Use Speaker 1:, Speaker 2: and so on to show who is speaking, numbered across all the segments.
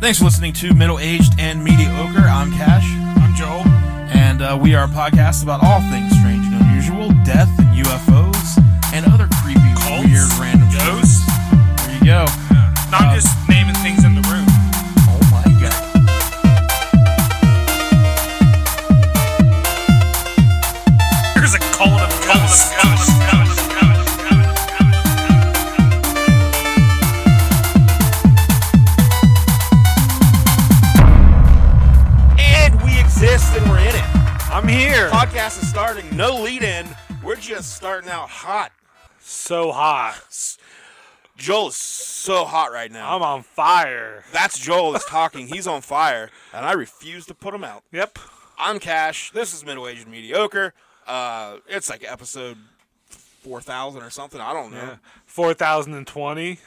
Speaker 1: Thanks for listening to Middle Aged and Mediocre. I'm Cash. I'm Joel. And uh, we are a podcast about all things strange and unusual, death and UFOs, and other creepy,
Speaker 2: Cults,
Speaker 1: weird, random
Speaker 2: ghosts.
Speaker 1: shit. There you go.
Speaker 2: No, I'm just naming things in the room.
Speaker 1: Oh my god.
Speaker 2: There's a cult of ghosts.
Speaker 3: And we exist and we're in it. I'm here. Podcast is starting. No lead in. We're just starting out hot.
Speaker 2: So hot.
Speaker 3: Joel is so hot right now.
Speaker 2: I'm on fire.
Speaker 3: That's Joel is talking. He's on fire, and I refuse to put him out.
Speaker 2: Yep.
Speaker 3: I'm Cash. This is Middle Aged Mediocre. Uh, it's like episode 4,000 or something. I don't know.
Speaker 2: 4020.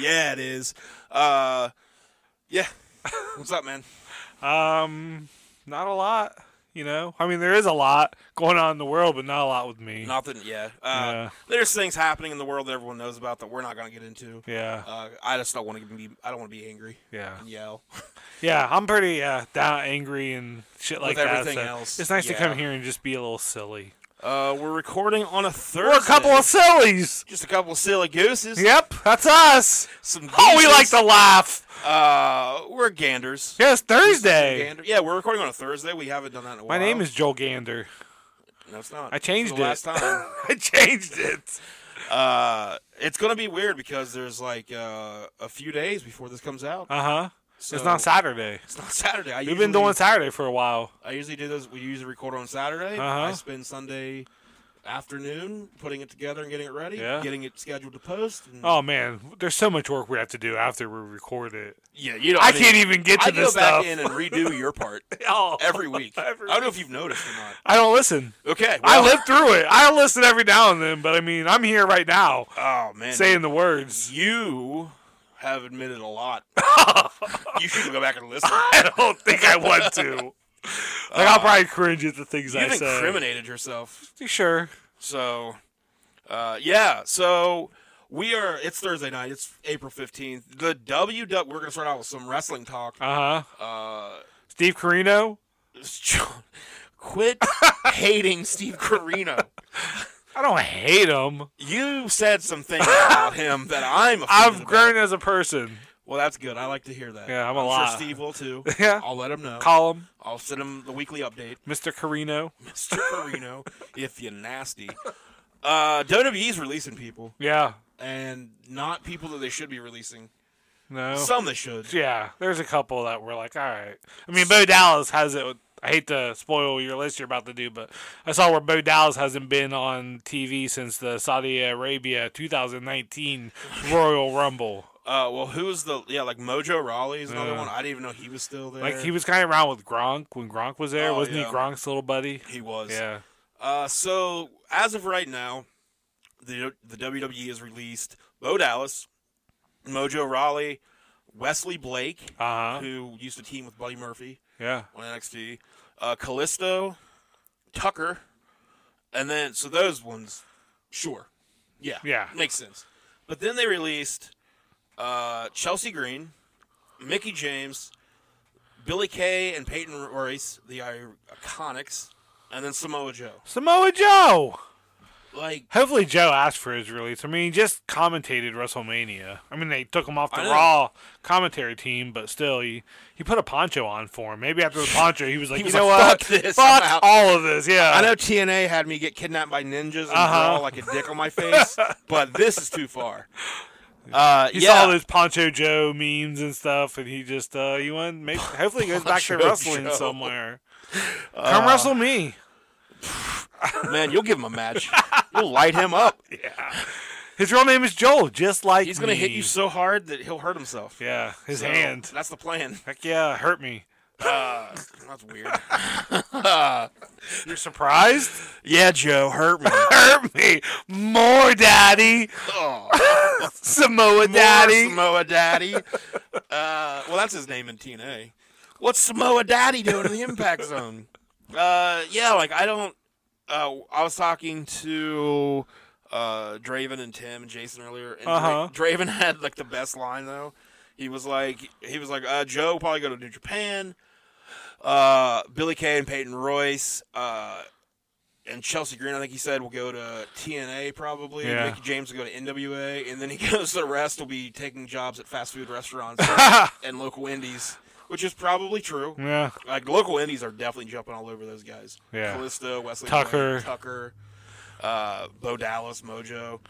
Speaker 3: Yeah, it is. Uh, yeah. What's up, man?
Speaker 2: Um, not a lot, you know? I mean, there is a lot going on in the world, but not a lot with me.
Speaker 3: Nothing. Yeah. Uh,
Speaker 2: Yeah.
Speaker 3: There's things happening in the world that everyone knows about that we're not going to get into.
Speaker 2: Yeah.
Speaker 3: Uh, I just don't want to be. I don't want to be angry.
Speaker 2: Yeah.
Speaker 3: And yell.
Speaker 2: Yeah, I'm pretty uh, down, angry and shit like that.
Speaker 3: everything
Speaker 2: so
Speaker 3: else,
Speaker 2: It's nice to
Speaker 3: yeah.
Speaker 2: come here and just be a little silly.
Speaker 3: Uh, we're recording on a Thursday.
Speaker 2: We're a couple of sillies.
Speaker 3: just a couple of silly gooses.
Speaker 2: Yep, that's us.
Speaker 3: Some
Speaker 2: Oh, we
Speaker 3: gooses.
Speaker 2: like to laugh.
Speaker 3: Uh, we're ganders.
Speaker 2: Yes, Thursday.
Speaker 3: Gander. Yeah, we're recording on a Thursday. We haven't done that in a
Speaker 2: My
Speaker 3: while.
Speaker 2: name is Joel Gander.
Speaker 3: No, it's not.
Speaker 2: I changed
Speaker 3: It's the
Speaker 2: it.
Speaker 3: last time.
Speaker 2: I changed it.
Speaker 3: uh, it's gonna be weird because there's like uh, a few days before this comes out.
Speaker 2: Uh huh.
Speaker 3: So
Speaker 2: it's not Saturday.
Speaker 3: It's not Saturday. I
Speaker 2: We've
Speaker 3: usually,
Speaker 2: been doing Saturday for a while.
Speaker 3: I usually do those. We usually record on Saturday.
Speaker 2: Uh-huh.
Speaker 3: I spend Sunday afternoon putting it together and getting it ready.
Speaker 2: Yeah.
Speaker 3: Getting it scheduled to post. And,
Speaker 2: Oh man, there's so much work we have to do after we record it.
Speaker 3: yeah, you know.
Speaker 2: I,
Speaker 3: mean,
Speaker 2: can't even get to
Speaker 3: I go
Speaker 2: this
Speaker 3: back
Speaker 2: stuff.
Speaker 3: in and redo your part.
Speaker 2: Oh,
Speaker 3: every week.
Speaker 2: Every
Speaker 3: I don't know if you've noticed or not.
Speaker 2: I don't listen.
Speaker 3: Okay,
Speaker 2: I
Speaker 3: well-
Speaker 2: live through it. I listen every now and then, but I mean, I'm here right now
Speaker 3: Oh man,
Speaker 2: saying the words.
Speaker 3: you have admitted a lot. you should go back and listen.
Speaker 2: I don't think I want to. Like I'll probably cringe at the things I
Speaker 3: Uh, You've
Speaker 2: say.
Speaker 3: incriminated yourself.
Speaker 2: Sure.
Speaker 3: So, uh, yeah. So we are. It's Thursday night. It's April fifteenth. The W. We're gonna start out with some wrestling talk.
Speaker 2: Uh huh.
Speaker 3: Uh,
Speaker 2: Steve Carino.
Speaker 3: quit hating Steve Carino.
Speaker 2: I don't hate him.
Speaker 3: You said some things about him that I'm.
Speaker 2: I've
Speaker 3: offended about.
Speaker 2: grown as a person.
Speaker 3: Well, that's good. I like to hear that.
Speaker 2: Yeah, I'm a
Speaker 3: I'm
Speaker 2: lot.
Speaker 3: sure Steve will too.
Speaker 2: Yeah.
Speaker 3: I'll let him know.
Speaker 2: Call him
Speaker 3: I'll send him the weekly update,
Speaker 2: Mr. Carino.
Speaker 3: Mr. Carino, if you nasty. Uh, WWE's releasing people,
Speaker 2: Yeah.
Speaker 3: and not people that they should be releasing.
Speaker 2: No.
Speaker 3: Some they should.
Speaker 2: yeah. There's a couple that were like, all right. I mean, Bo Dallas has it. with- I hate to spoil your list you're about to do, but I saw where Bo Dallas hasn't been on TV since the Saudi Arabia 2019 Royal Rumble.
Speaker 3: Uh, well, who's the yeah? Like Mojo Rawley is another
Speaker 2: Yeah.
Speaker 3: one. I didn't even know he was still there.
Speaker 2: Like he was kind of around with Gronk when Gronk was there,
Speaker 3: Oh,
Speaker 2: wasn't
Speaker 3: yeah.
Speaker 2: he? Gronk's little buddy.
Speaker 3: He was.
Speaker 2: Yeah.
Speaker 3: Uh, so as of right now, the the WWE has released Bo Dallas, Mojo Rawley, Wesley Blake,
Speaker 2: Uh huh.
Speaker 3: who used to team with Buddy Murphy.
Speaker 2: Yeah.
Speaker 3: on NXT. Uh, Callisto, Tucker, and then so those ones, sure, yeah,
Speaker 2: Yeah.
Speaker 3: makes sense. But then they released uh, Chelsea Green, Mickey James, Billy Kay, and Peyton Royce, the Iconics, and then Samoa Joe.
Speaker 2: Samoa Joe.
Speaker 3: Like
Speaker 2: Hopefully, Joe asked for his release. I mean, he just commentated WrestleMania. I mean, they took him off the
Speaker 3: I know.
Speaker 2: Raw commentary team, but still, he, he put a poncho on for him. Maybe after the poncho, he was like,
Speaker 3: was
Speaker 2: you know
Speaker 3: like,
Speaker 2: what?
Speaker 3: "Fuck this, I'm
Speaker 2: Fuck
Speaker 3: out."
Speaker 2: all of this. Yeah.
Speaker 3: I know TNA had me get kidnapped by ninjas and
Speaker 2: Uh-huh.
Speaker 3: draw like a dick on my face, but this is too far. Uh,
Speaker 2: You
Speaker 3: yeah,
Speaker 2: saw those Poncho Joe memes and stuff, and he just uh, he went. Maybe, hopefully, he goes back to
Speaker 3: Poncho
Speaker 2: wrestling
Speaker 3: Joe. Uh,
Speaker 2: somewhere. Come wrestle me.
Speaker 3: man, you'll give him a match. You'll light him up.
Speaker 2: His real name is Joel, just like
Speaker 3: He's gonna hit you
Speaker 2: me.
Speaker 3: so hard that he'll hurt himself.
Speaker 2: Yeah, his
Speaker 3: So,
Speaker 2: hand.
Speaker 3: That's the plan.
Speaker 2: Heck yeah, hurt me.
Speaker 3: Uh, that's weird.
Speaker 2: You're surprised?
Speaker 3: yeah, Joe, hurt me.
Speaker 2: hurt me more, Daddy.
Speaker 3: Oh.
Speaker 2: Samoa Daddy.
Speaker 3: Samoa Daddy. Uh, well, that's his name in TNA. What's Samoa Daddy doing in the Impact Zone? Uh, yeah, like I don't. Uh, I was talking to uh, Draven and Tim and Jason earlier. And
Speaker 2: Uh-huh.
Speaker 3: Dra- Draven had like the best line though. He was like, he was like, uh, Joe will probably go to New Japan. Uh, Billy Kay and Peyton Royce. Uh, and Chelsea Green, I think he said, will go to TNA probably. and
Speaker 2: Yeah.
Speaker 3: Mickey James will go to NWA, and then he goes. The rest will be taking jobs at fast food restaurants and local indies, which is probably true.
Speaker 2: Yeah.
Speaker 3: Like local indies are definitely jumping all over those guys.
Speaker 2: Yeah.
Speaker 3: Callisto, Wesley
Speaker 2: Tucker.
Speaker 3: Blake, Tucker, uh, Bo Dallas, Mojo.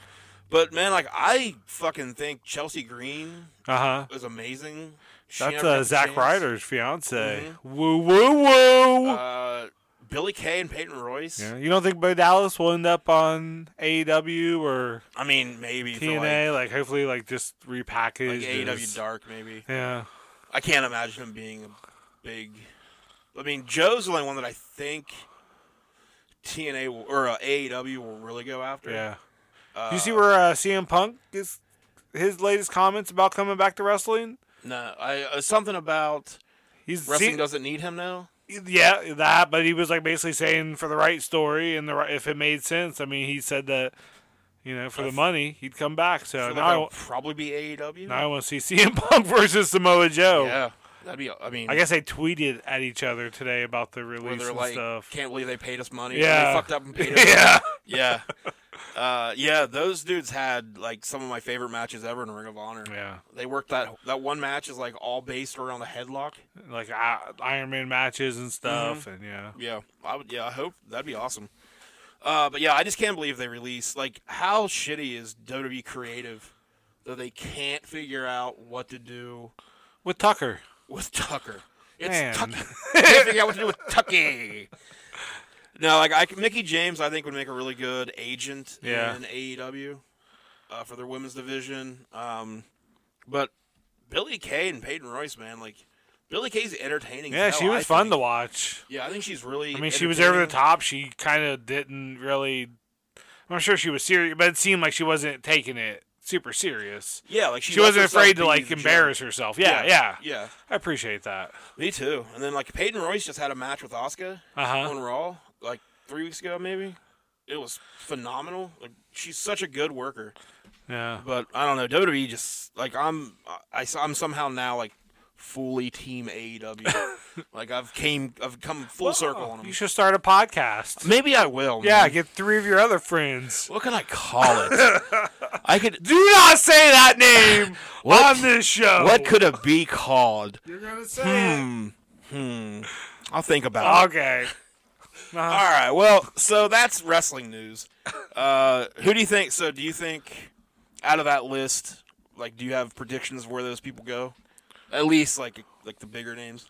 Speaker 3: But man, like I fucking think Chelsea Green
Speaker 2: Uh huh.
Speaker 3: is amazing. She
Speaker 2: That's
Speaker 3: never had
Speaker 2: uh,
Speaker 3: the
Speaker 2: Zack
Speaker 3: chance.
Speaker 2: Ryder's fiance. Woo woo woo.
Speaker 3: Uh, Billy Kay and Peyton Royce.
Speaker 2: yeah. You don't think Bo Dallas will end up on AEW or
Speaker 3: I mean, maybe for like,
Speaker 2: TNA? Like, E hopefully, like just
Speaker 3: like
Speaker 2: repackaged. as-
Speaker 3: AEW Dark, maybe.
Speaker 2: Yeah.
Speaker 3: I can't imagine him being a big. I mean, Joe's the only one that I think TNA will, or uh, AEW will really go after.
Speaker 2: Yeah.
Speaker 3: Uh,
Speaker 2: you see where uh, CM Punk is his latest comments about coming back to wrestling?
Speaker 3: No, I uh, something about
Speaker 2: He's
Speaker 3: wrestling
Speaker 2: see-
Speaker 3: doesn't need him now.
Speaker 2: yeah that, but he was like basically saying for the right story and the right, if it made sense. I mean, he said that you know for the money he'd come back. So
Speaker 3: So
Speaker 2: now, I,
Speaker 3: that'll
Speaker 2: wa-
Speaker 3: probably be AEW.
Speaker 2: now I want to see CM Punk versus Samoa Joe.
Speaker 3: yeah, that'd be. I mean,
Speaker 2: I guess they tweeted at each other today about the
Speaker 3: where
Speaker 2: release
Speaker 3: they're
Speaker 2: and
Speaker 3: like,
Speaker 2: stuff.
Speaker 3: can't believe they paid us money.
Speaker 2: Yeah.
Speaker 3: they fucked up and paid us.
Speaker 2: yeah,
Speaker 3: yeah, uh, yeah. Those dudes had like some of my favorite matches ever in Ring of Honor.
Speaker 2: yeah,
Speaker 3: They worked that that one match is like all based around the headlock.
Speaker 2: like I, Iron Man matches
Speaker 3: Mm-hmm.
Speaker 2: and stuff, and yeah,
Speaker 3: Yeah, I would. Yeah, I hope that'd be awesome. Uh, but yeah, I just can't believe they released. Like, how shitty is WWE creative that they can't figure out what to do
Speaker 2: with Tucker.
Speaker 3: with Tucker? It's
Speaker 2: Man.
Speaker 3: Tucky. can't figure out what to do with Tucky. No, like I, Mickey James, I think would make a really good agent
Speaker 2: Yeah.
Speaker 3: in AEW uh, for their women's division. Um, but Billy Kay and Peyton Royce, man, like Billy Kay's entertaining. as
Speaker 2: Yeah,
Speaker 3: hell,
Speaker 2: she
Speaker 3: I
Speaker 2: was fun
Speaker 3: think.
Speaker 2: to watch.
Speaker 3: Yeah, I think she's really.
Speaker 2: I mean, she was over the
Speaker 3: entertaining.
Speaker 2: top. She kind of didn't really. I'm sure she was serious, but it seemed like she wasn't taking it super serious.
Speaker 3: Yeah, like
Speaker 2: She,
Speaker 3: she, lets
Speaker 2: wasn't
Speaker 3: herself
Speaker 2: afraid to
Speaker 3: be
Speaker 2: like
Speaker 3: the judge.
Speaker 2: embarrass herself. Yeah, yeah,
Speaker 3: yeah,
Speaker 2: I appreciate that.
Speaker 3: Me too. And then like Peyton Royce just had a match with Oscar
Speaker 2: Uh huh.
Speaker 3: on Raw like three weeks ago, maybe. It was phenomenal. Like she's such a good worker.
Speaker 2: Yeah.
Speaker 3: But I don't know WWE just like I'm I am somehow now like fully team AEW. like I've came I've come full circle on them.
Speaker 2: Oh, You should start a podcast.
Speaker 3: Maybe I will.
Speaker 2: Yeah,
Speaker 3: man.
Speaker 2: get three of your other friends.
Speaker 3: What can I call it? I could.
Speaker 2: Do not say that name
Speaker 3: What-
Speaker 2: on this show.
Speaker 3: What could it be called?
Speaker 2: you're gonna say? it.
Speaker 3: Hmm. Hmm. I'll think about it.
Speaker 2: Okay.
Speaker 3: All right. Well, so that's wrestling news. Uh, who do you think? So, do you think out of that list, like, do you have predictions of where those people go? At least, like, like the bigger names.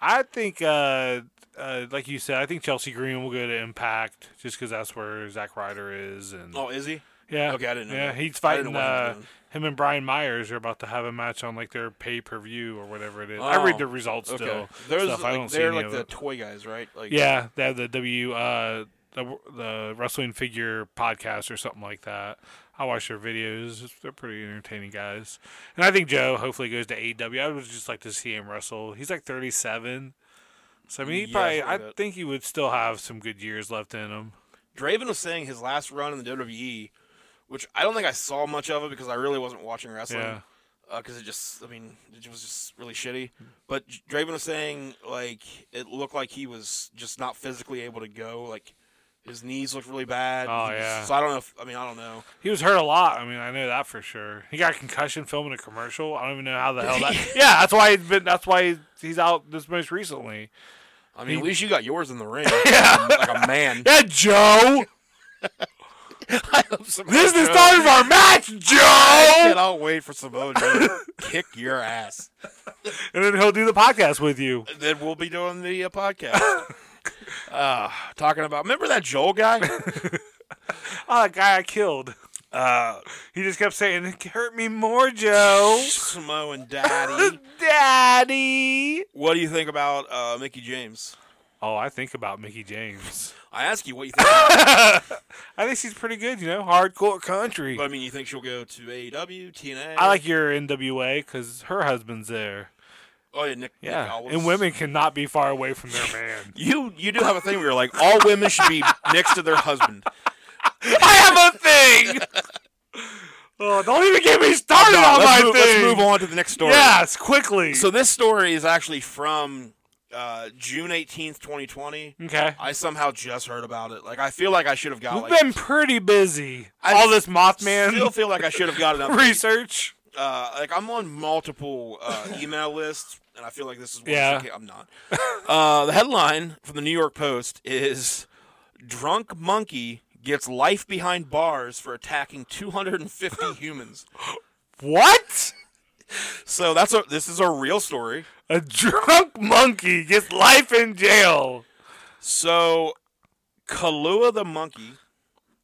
Speaker 2: I think, uh, uh, like you said, I think Chelsea Green will go to Impact just because that's where Zack Ryder is, and
Speaker 3: Oh, is he?
Speaker 2: yeah,
Speaker 3: okay, I didn't know
Speaker 2: Yeah,
Speaker 3: that.
Speaker 2: he's
Speaker 3: I didn't
Speaker 2: fighting.
Speaker 3: know what he was
Speaker 2: Uh, him and Brian Myers are about to have a match on like their pay per view or whatever it is. I
Speaker 3: Oh,
Speaker 2: read the results
Speaker 3: Okay.
Speaker 2: still.
Speaker 3: Those,
Speaker 2: stuff.
Speaker 3: like,
Speaker 2: I don't see
Speaker 3: they're
Speaker 2: any
Speaker 3: like
Speaker 2: of
Speaker 3: the
Speaker 2: it.
Speaker 3: toy guys, right? Like,
Speaker 2: yeah, they have the W uh, the the wrestling figure podcast or something like that. I watch their videos; they're pretty entertaining guys. And I think Joe hopefully goes to AEW. I would just like to see him wrestle. He's like thirty seven, so I mean,
Speaker 3: Yeah,
Speaker 2: he probably
Speaker 3: something like
Speaker 2: I
Speaker 3: that.
Speaker 2: think he would still have some good years left in him.
Speaker 3: Draven was saying his last run in the WWE, which I don't think I saw much of it because I really wasn't watching wrestling.
Speaker 2: Yeah.
Speaker 3: because it just, I mean, it was just really shitty. But J- Draven was saying, like, it looked like he was just not physically able to go. Like, his knees looked really bad.
Speaker 2: Oh,
Speaker 3: He was-
Speaker 2: yeah.
Speaker 3: So I don't know. If, I mean, I don't know.
Speaker 2: He was hurt a lot. I mean, I know that for sure. He got a concussion filming a commercial. I don't even know how the hell that. yeah, that's why he's been. That's why he's out this most recently.
Speaker 3: I mean,
Speaker 2: He-
Speaker 3: at least you got yours in the ring. yeah. Like a man.
Speaker 2: Yeah, Joe. This is the start of our match,
Speaker 3: Shit,
Speaker 2: Joe.
Speaker 3: I'll wait for Samoa Joe to kick your ass.
Speaker 2: And then he'll do the podcast with you.
Speaker 3: Then we'll be doing the uh, podcast. Uh, talking about remember that Joel guy?
Speaker 2: Oh, that guy I killed.
Speaker 3: Uh,
Speaker 2: He just kept saying, "It hurt me more, Joe."
Speaker 3: Samoa and Daddy.
Speaker 2: Daddy.
Speaker 3: what do you think about uh, Mickey James?
Speaker 2: Oh, I think about Mickey James.
Speaker 3: I ask you what you think.
Speaker 2: I think she's pretty good, you know, hardcore country.
Speaker 3: but I mean, you think she'll go to E AEW, TNA?
Speaker 2: I like your NWA because her husband's there.
Speaker 3: Oh yeah, Nick. Nick
Speaker 2: Yeah,
Speaker 3: Aldis.
Speaker 2: and women cannot be far away from their man.
Speaker 3: You you do have a thing where you're like all women should be next to their husband.
Speaker 2: I have a thing. oh, don't even get me started on
Speaker 3: let's,
Speaker 2: my
Speaker 3: move,
Speaker 2: thing.
Speaker 3: let's move on to the next story.
Speaker 2: Yes, quickly.
Speaker 3: So this story is actually from uh, June 18th, 2020.
Speaker 2: okay.
Speaker 3: I somehow just heard about it. Like I feel like I should have got
Speaker 2: We've
Speaker 3: like
Speaker 2: been pretty busy.
Speaker 3: I
Speaker 2: All this
Speaker 3: still
Speaker 2: Mothman
Speaker 3: feel like I should have got it. up.
Speaker 2: research.
Speaker 3: Uh, like I'm on multiple uh, email lists, and I feel like this is one
Speaker 2: Yeah.
Speaker 3: I'm not. Uh, the headline from the New York Post is "Drunk Monkey Gets Life Behind Bars for Attacking 250 Humans."
Speaker 2: What?
Speaker 3: So that's a this is a real story.
Speaker 2: A drunk monkey gets life in jail.
Speaker 3: So Kalua the monkey.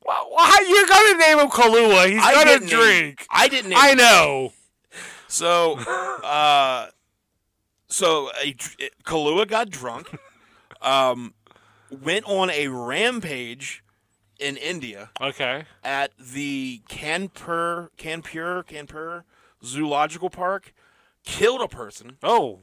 Speaker 2: Wha- Why you're gonna name him Kahlua? He's gonna
Speaker 3: didn't name-
Speaker 2: drink.
Speaker 3: I didn't. Name
Speaker 2: I know.
Speaker 3: So, uh, so a, dr- it- Kahlua got drunk, um, went on a rampage in India
Speaker 2: Okay.
Speaker 3: at the Kanpur, Kanpur, Kanpur Zoological Park, killed a person,
Speaker 2: Oh.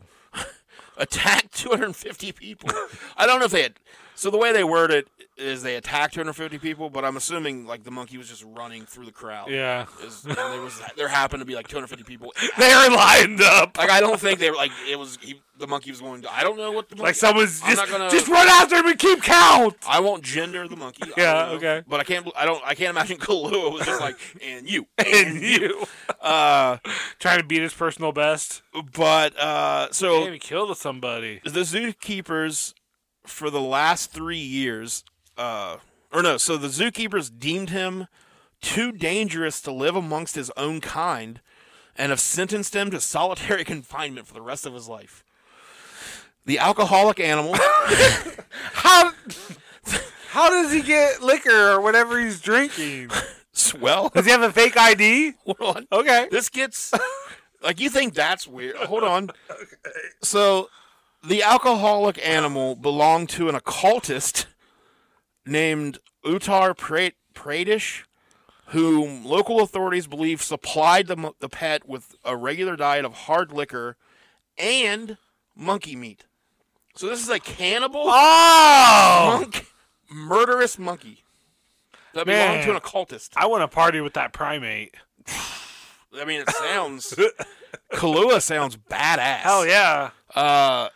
Speaker 3: attacked 250 people. I don't know if they had. So the way they word it is they attacked 250 people, but I'm assuming like the monkey was just running through the crowd.
Speaker 2: Yeah.
Speaker 3: Is- and there was there happened to be like 250 people
Speaker 2: They're lined up.
Speaker 3: Like I don't think they were like it was he, the monkey was going. I don't know what the monkey.
Speaker 2: Like someone's
Speaker 3: I'm
Speaker 2: just
Speaker 3: not gonna-
Speaker 2: just run after him and keep count.
Speaker 3: I won't gender the monkey. I don't
Speaker 2: Yeah,
Speaker 3: know.
Speaker 2: okay.
Speaker 3: But I can't. bel- I don't. I can't imagine Kalua was just like and you.
Speaker 2: And you
Speaker 3: Uh,
Speaker 2: trying to beat his personal best.
Speaker 3: but uh, so
Speaker 2: Damn, he killed somebody.
Speaker 3: the zookeepers for the last three years, uh, or no, so the zookeepers deemed him too dangerous to live amongst his own kind, and have sentenced him to solitary confinement for the rest of his life. The alcoholic animal.
Speaker 2: How how does he get liquor or whatever he's drinking?
Speaker 3: well,
Speaker 2: Does he have a fake ID?
Speaker 3: hold on.
Speaker 2: Okay.
Speaker 3: This gets like you think that's weird. Hold on. So the alcoholic animal belonged to an occultist named Uttar Pra- Pradesh, whom local authorities believe supplied the, mo- the pet with a regular diet of hard liquor and monkey meat. So this is a cannibal
Speaker 2: Oh
Speaker 3: monk, murderous monkey that belonged
Speaker 2: Man.
Speaker 3: to an occultist.
Speaker 2: I want to party with that primate.
Speaker 3: I mean, it sounds. Kalua sounds badass.
Speaker 2: Hell yeah.
Speaker 3: Uh,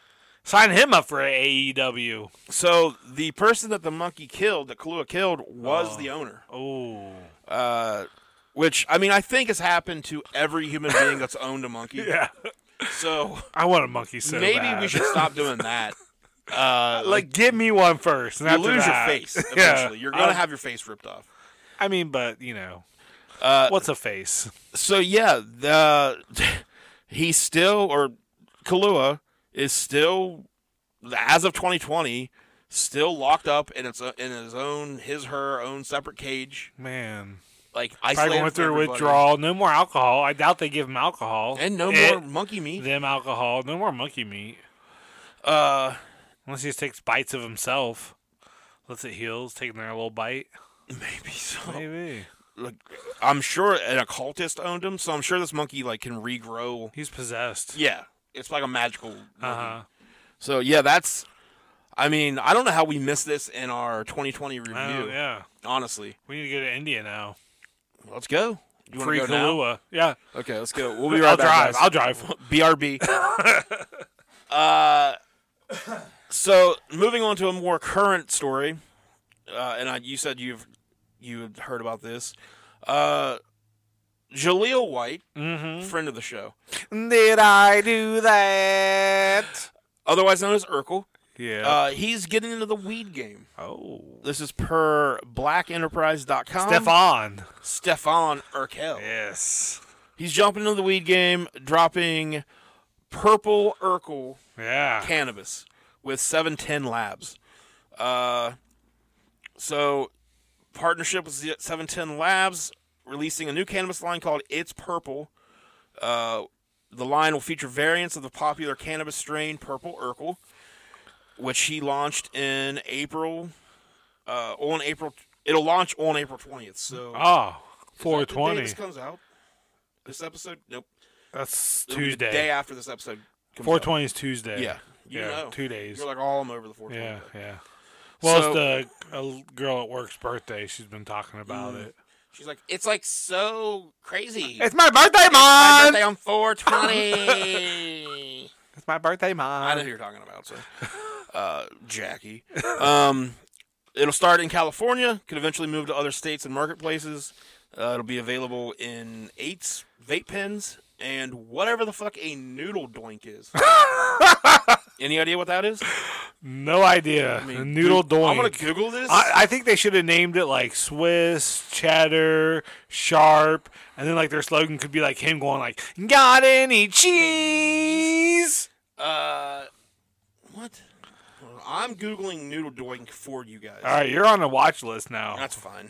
Speaker 2: Sign him up for E AEW.
Speaker 3: so the person that the monkey killed, that Kalua killed, was
Speaker 2: Oh.
Speaker 3: the owner.
Speaker 2: Oh.
Speaker 3: Uh, which I mean, I think has happened to every human being that's owned a monkey.
Speaker 2: Yeah.
Speaker 3: So
Speaker 2: I want a monkey so
Speaker 3: maybe
Speaker 2: bad.
Speaker 3: we should stop doing that. Uh,
Speaker 2: Like, give me one first. and
Speaker 3: you
Speaker 2: after
Speaker 3: lose
Speaker 2: that-
Speaker 3: your face
Speaker 2: Yeah. Uh,
Speaker 3: eventually. You're gonna
Speaker 2: I-
Speaker 3: have your face ripped off.
Speaker 2: I mean, but you know,
Speaker 3: Uh,
Speaker 2: what's a face?
Speaker 3: so yeah, the he still or Kalua is still as of 2020 still locked up in its in his own his her own separate cage.
Speaker 2: Man,
Speaker 3: Like
Speaker 2: probably
Speaker 3: isolated
Speaker 2: went
Speaker 3: from
Speaker 2: through
Speaker 3: everybody.
Speaker 2: withdrawal. No more alcohol. I doubt they give him alcohol.
Speaker 3: and no
Speaker 2: Eh,
Speaker 3: more monkey meat.
Speaker 2: them alcohol. No more monkey meat.
Speaker 3: Uh,
Speaker 2: Unless he just takes bites of himself. Lets it heals, taking their little bite.
Speaker 3: maybe so.
Speaker 2: Maybe
Speaker 3: Like, I'm sure an occultist owned him, so I'm sure this monkey like can regrow.
Speaker 2: he's possessed.
Speaker 3: Yeah, it's like a magical. monkey.
Speaker 2: Uh huh.
Speaker 3: So yeah, that's. I mean, I don't know how we missed this in our 2020 review.
Speaker 2: Oh yeah.
Speaker 3: Honestly,
Speaker 2: We need to go to India now.
Speaker 3: let's go. You wanna
Speaker 2: Free
Speaker 3: go now?
Speaker 2: Kahlua. Yeah.
Speaker 3: Okay, let's go. We'll be
Speaker 2: I'll
Speaker 3: right back.
Speaker 2: drive. I'll
Speaker 3: guys.
Speaker 2: drive.
Speaker 3: BRB. uh, so moving on to a more current story, uh, and I, you said you've you had heard about this. Uh, Jaleel White,
Speaker 2: Mm-hmm.
Speaker 3: friend of the show,
Speaker 2: Did I do that?
Speaker 3: otherwise known as Urkel,
Speaker 2: Yeah.
Speaker 3: uh, he's getting into the weed game.
Speaker 2: oh.
Speaker 3: This is per blackenterprise.com.
Speaker 2: Stefan.
Speaker 3: Stefan Urkel.
Speaker 2: Yes.
Speaker 3: He's jumping into the weed game, dropping purple Urkel
Speaker 2: Yeah.
Speaker 3: cannabis with 710 Labs. Uh, so, partnership with 710 Labs, releasing a new cannabis line called It's Purple. Uh, the line will feature variants of the popular cannabis strain Purple Urkel, which he launched in April. Uh, on April, it'll launch on April 20th. So,
Speaker 2: Oh,
Speaker 3: the day
Speaker 2: 420.
Speaker 3: This comes out. This episode, nope.
Speaker 2: That's
Speaker 3: It'll be the day
Speaker 2: Tuesday.
Speaker 3: after this episode. comes out.
Speaker 2: 420 is Tuesday.
Speaker 3: Yeah. You
Speaker 2: yeah.
Speaker 3: know.
Speaker 2: Two days.
Speaker 3: You're like, oh, I'm over the 420.
Speaker 2: yeah. Yeah. Well,
Speaker 3: So-
Speaker 2: it's the a girl at work's birthday. She's been talking about it.
Speaker 3: She's like, it's like so crazy.
Speaker 4: It's my birthday,
Speaker 3: my
Speaker 4: mom.
Speaker 3: birthday on 420.
Speaker 4: It's my birthday,
Speaker 3: I know who
Speaker 4: mom.
Speaker 3: you're talking about, so. Uh, Jackie. Um, it'll start in California, could eventually move to other states and marketplaces. Uh, it'll be available in eights, vape pens, and whatever the fuck a noodle doink is. Any idea what that is?
Speaker 2: No idea.
Speaker 3: I mean,
Speaker 2: The noodle
Speaker 3: Goog-
Speaker 2: doink.
Speaker 3: I'm gonna Google this.
Speaker 2: I, I think they should have named it like Swiss, Cheddar, Sharp, and then like their slogan could be like him going like "Got any cheese?"
Speaker 3: uh, what? I'm googling noodle doink for you guys.
Speaker 2: All right, you're on the watch list now.
Speaker 3: That's fine.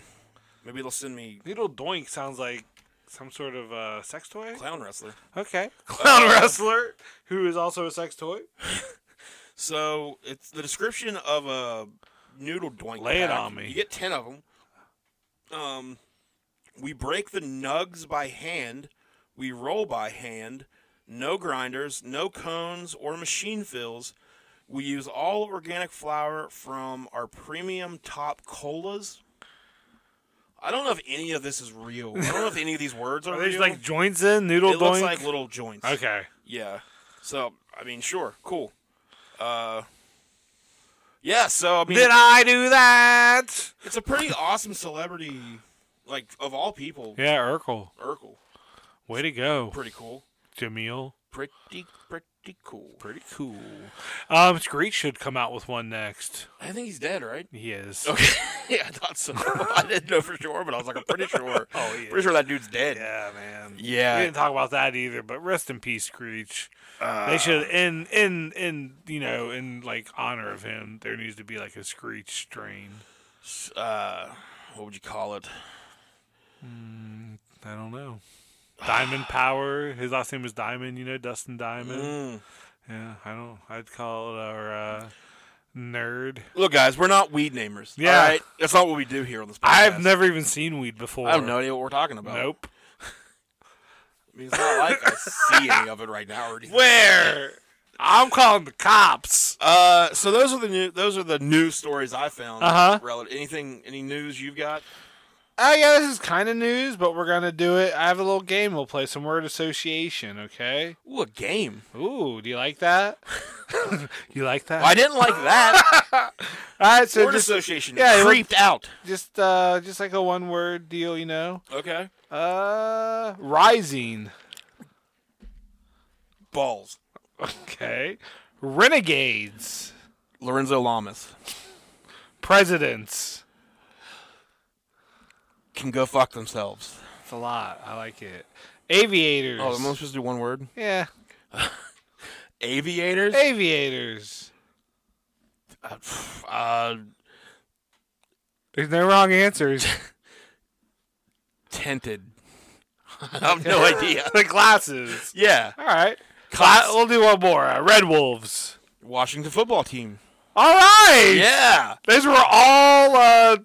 Speaker 3: Maybe they'll send me
Speaker 2: Noodle doink sounds like some sort of uh, sex toy.
Speaker 3: clown wrestler.
Speaker 2: Okay, clown wrestler who is also a sex toy.
Speaker 3: So it's the description of a noodle doink.
Speaker 2: Lay it
Speaker 3: pack.
Speaker 2: on me.
Speaker 3: You get ten of them. Um, we break the nugs by hand. We roll by hand. No grinders, no cones or machine fills. We use all organic flour from our premium top colas. I don't know if any of this is real. I don't know if any of these words are,
Speaker 2: Are they just
Speaker 3: real.
Speaker 2: like joints in noodle
Speaker 3: it
Speaker 2: doink?
Speaker 3: looks like little joints.
Speaker 2: okay,
Speaker 3: Yeah. So I mean, sure, cool. Uh, yeah. So I mean,
Speaker 2: did I do that?
Speaker 3: it's a pretty awesome celebrity, like of all people,
Speaker 2: Yeah, Urkel,
Speaker 3: Urkel.
Speaker 2: way to go,
Speaker 3: Pretty cool.
Speaker 2: Jameel.
Speaker 3: Pretty pretty cool. Pretty cool.
Speaker 2: Um, Screech should come out with one next.
Speaker 3: I think he's dead, right?
Speaker 2: He is.
Speaker 3: Okay. yeah, I thought so. I didn't know for sure, but I was like, I'm pretty sure.
Speaker 2: Oh, yeah.
Speaker 3: Pretty sure that dude's dead.
Speaker 2: Yeah, man.
Speaker 3: Yeah. Uh,
Speaker 2: We didn't talk about that either, but rest in peace, Screech. they should in in in you know, in like honor of him, there needs to be like a Screech strain.
Speaker 3: Uh, what would you call it?
Speaker 2: Hmm, I don't know. Diamond Power. His last name was Diamond, you know, Dustin Diamond.
Speaker 3: Mm.
Speaker 2: Yeah, I don't I'd call it our uh nerd.
Speaker 3: Look, guys, we're not weed namers.
Speaker 2: Yeah.
Speaker 3: all right? that's not what we do here on this. Podcast.
Speaker 2: I've never even seen weed before.
Speaker 3: I have no idea what we're talking about.
Speaker 2: Nope.
Speaker 3: I mean, it's not like I see any of it right now or anything.
Speaker 2: Where? I'm calling the cops.
Speaker 3: Uh, so those are the new those are the new stories I found.
Speaker 2: Uh-huh.
Speaker 3: Relative, anything any news you've got?
Speaker 4: Oh yeah, this is kind of news, but we're gonna do it. I have a little game. We'll play some word association. Okay.
Speaker 3: Ooh, a game.
Speaker 4: Ooh, do you like that?
Speaker 2: You like that?
Speaker 3: Well, I didn't like that.
Speaker 4: All right, so
Speaker 3: Word
Speaker 4: just
Speaker 3: association
Speaker 4: yeah, it was-
Speaker 3: creeped out.
Speaker 4: just uh, just like a one word deal, you know.
Speaker 3: Okay.
Speaker 4: Uh, rising.
Speaker 3: Balls.
Speaker 4: Okay. Renegades.
Speaker 3: Lorenzo Lamas
Speaker 4: Presidents.
Speaker 3: can go fuck themselves.
Speaker 4: It's a lot. I like it. Aviators.
Speaker 3: Oh, am I supposed to do one word?
Speaker 4: yeah.
Speaker 3: Aviators.
Speaker 4: Aviators.
Speaker 3: Uh, pff, uh,
Speaker 4: There's no wrong answers.
Speaker 3: tented. I have no idea.
Speaker 4: the glasses.
Speaker 3: Yeah.
Speaker 4: All right.
Speaker 3: Class.
Speaker 4: Cla- we'll do one more. Uh, Red Wolves.
Speaker 3: Washington football team.
Speaker 4: All right.
Speaker 3: Yeah.
Speaker 4: Those were all uh,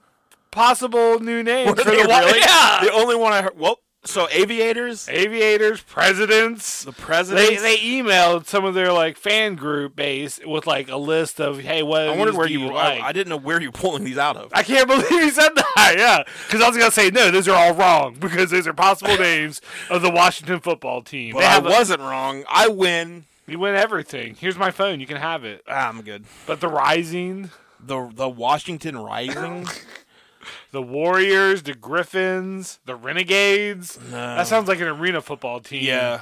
Speaker 4: possible new names for the
Speaker 3: They
Speaker 4: wa-
Speaker 3: really-
Speaker 4: Yeah.
Speaker 3: The only one I heard. Well, so aviators.
Speaker 4: Aviators, presidents.
Speaker 3: The president.
Speaker 4: They they emailed some of their like fan group base with like a list of hey what
Speaker 3: I
Speaker 4: of
Speaker 3: wondered
Speaker 4: these
Speaker 3: where
Speaker 4: do
Speaker 3: you.
Speaker 4: you
Speaker 3: I,
Speaker 4: like.
Speaker 3: I didn't know where you're pulling these out of.
Speaker 4: I can't believe he said that. Yeah, because I was gonna say no, those are all wrong because those are possible names of the Washington football team.
Speaker 3: But
Speaker 4: they
Speaker 3: I
Speaker 4: have a-
Speaker 3: wasn't wrong. I win.
Speaker 4: you win everything. Here's my phone. You can have it.
Speaker 3: Ah, I'm good.
Speaker 4: But the Rising,
Speaker 3: The the Washington Rising.
Speaker 4: the Warriors, the Griffins, the Renegades. That sounds like an arena football team.
Speaker 3: yeah.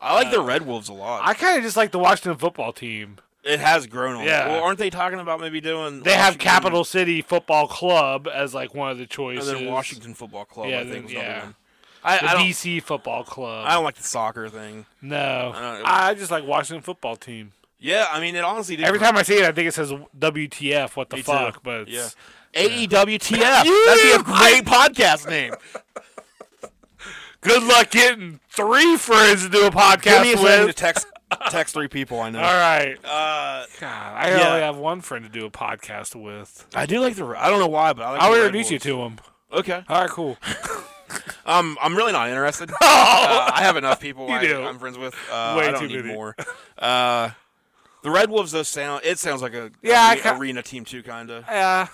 Speaker 3: Uh, I like the Red Wolves a lot.
Speaker 4: I kind of just like the Washington football team.
Speaker 3: it has grown on. me.
Speaker 4: Yeah.
Speaker 3: Well, aren't they talking about maybe doing?
Speaker 4: They have
Speaker 3: Washington
Speaker 4: Capital City Football Club as like one of the
Speaker 3: and
Speaker 4: choices.
Speaker 3: then Washington Football Club.
Speaker 4: Yeah,
Speaker 3: I think
Speaker 4: then-
Speaker 3: was another
Speaker 4: yeah.
Speaker 3: one. I,
Speaker 4: the
Speaker 3: I don't.
Speaker 4: DC Football Club.
Speaker 3: I don't like the soccer thing.
Speaker 4: no,
Speaker 3: I don't-
Speaker 4: I just like Washington football team.
Speaker 3: Yeah, I mean it honestly did.
Speaker 4: Every time I see it, I think it says WTF. What the
Speaker 3: Me too.
Speaker 4: fuck? But
Speaker 3: yeah.
Speaker 4: it's-
Speaker 3: E AEWTF. That'd be a great podcast name.
Speaker 4: good luck getting three friends to do a podcast
Speaker 3: Give me a second to
Speaker 4: with.
Speaker 3: text text three people I know.
Speaker 4: All right,
Speaker 3: Uh,
Speaker 4: God, I
Speaker 3: Yeah.
Speaker 4: only have one friend to do a podcast with.
Speaker 3: I do like the. I don't know why, but I like
Speaker 4: I'll
Speaker 3: the Red
Speaker 4: introduce you
Speaker 3: Wolves.
Speaker 4: to him.
Speaker 3: Okay.
Speaker 4: All right, cool.
Speaker 3: Um, I'm really not interested. Uh, I have enough people I,
Speaker 4: do.
Speaker 3: I'm friends with. Uh,
Speaker 4: Way
Speaker 3: I don't
Speaker 4: too
Speaker 3: need
Speaker 4: many.
Speaker 3: more. Uh, The Red Wolves though sound it sounds like a
Speaker 2: Yeah, I
Speaker 3: arena,
Speaker 2: ca-
Speaker 3: arena team too kinda.
Speaker 2: Yeah,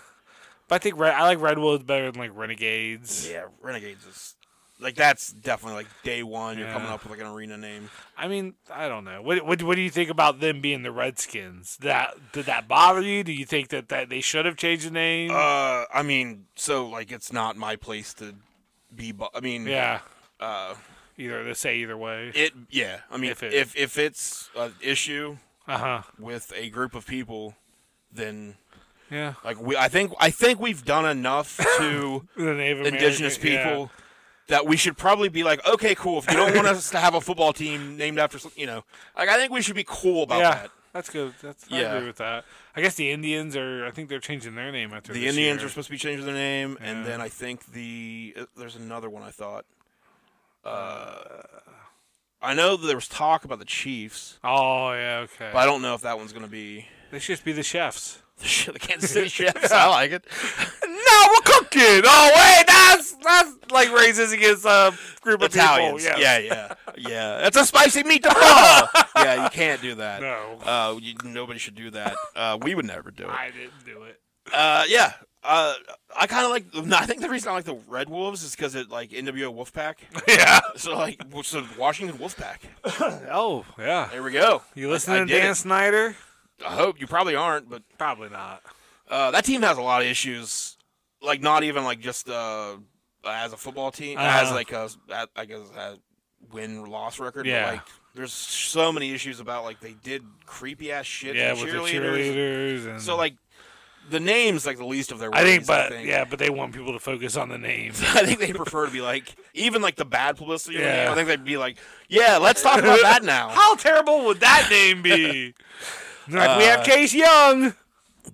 Speaker 2: but I think Red, I like Redwoods better than like Renegades.
Speaker 3: Yeah, Renegades is like that's definitely like day one. You're coming
Speaker 2: Yeah.
Speaker 3: up with like an arena name.
Speaker 2: I mean, I don't know. What, what what do you think about them being the Redskins? That did that bother you? Do you think that, that they should have changed the name?
Speaker 3: Uh, I mean, so like it's not my place to be. Bu- I mean,
Speaker 2: yeah,
Speaker 3: Uh,
Speaker 2: either they say either way.
Speaker 3: it yeah. I mean,
Speaker 2: If
Speaker 3: if
Speaker 2: it-
Speaker 3: if, it's an issue
Speaker 2: Uh huh.
Speaker 3: with a group of people, then
Speaker 2: Yeah.
Speaker 3: like we I think I think we've done enough to
Speaker 2: The Native American-
Speaker 3: indigenous
Speaker 2: yeah.
Speaker 3: people. That we should probably be like, okay, cool. If you don't want us to have a football team named after, some- you know, like I think we should be cool about
Speaker 2: Yeah,
Speaker 3: that.
Speaker 2: that's good. That's I
Speaker 3: Yeah.
Speaker 2: agree with that. I guess the Indians are. I think they're changing their name after
Speaker 3: The
Speaker 2: this
Speaker 3: Indians
Speaker 2: year.
Speaker 3: are supposed to be changing their name,
Speaker 2: Yeah.
Speaker 3: and then I think the uh, there's another one I thought. Uh, I know that there was talk about the Chiefs,
Speaker 2: Oh yeah, okay.
Speaker 3: but I don't know if that one's going to be
Speaker 2: they should just be the chefs.
Speaker 3: the Kansas City Chiefs. I like it.
Speaker 2: No, we're cooking. Oh wait, that's that's like racist against a group of
Speaker 3: Italians.
Speaker 2: People.
Speaker 3: Yeah, yeah, yeah. That's a spicy meatball. yeah, you can't do that.
Speaker 2: No,
Speaker 3: Uh, you, nobody should do that. Uh, we would never do it.
Speaker 2: I didn't do it.
Speaker 3: Uh, yeah. Uh, I kind of like. No, I think the reason I like the Red Wolves is because it like NWO Wolfpack.
Speaker 2: Yeah.
Speaker 3: so like, so Washington Wolfpack.
Speaker 2: Oh yeah.
Speaker 3: There we go.
Speaker 2: You
Speaker 3: I-
Speaker 2: listening
Speaker 3: I
Speaker 2: to
Speaker 3: did
Speaker 2: Dan Snyder?
Speaker 3: it. I hope you probably aren't, but
Speaker 2: Probably not.
Speaker 3: uh, that team has a lot of issues. Like not even like just uh, as a football team, as
Speaker 2: Uh-huh.
Speaker 3: like a a- I guess a win loss record. but,
Speaker 2: Yeah.
Speaker 3: like there's so many issues about like they did creepy ass shit.
Speaker 2: yeah,
Speaker 3: to
Speaker 2: with the
Speaker 3: cheerleaders.
Speaker 2: cheerleaders and
Speaker 3: So like the name's like the least of their.
Speaker 2: Mm-hmm. I think,
Speaker 3: worries,
Speaker 2: but
Speaker 3: think.
Speaker 2: yeah, but they want people to focus on the name.
Speaker 3: I think they prefer to be like even like the bad publicity. of the
Speaker 2: Yeah.
Speaker 3: name, I think they'd be like, yeah, let's talk about that now,
Speaker 2: How terrible would that name be? They're like we have
Speaker 3: Uh,
Speaker 2: Chase Young.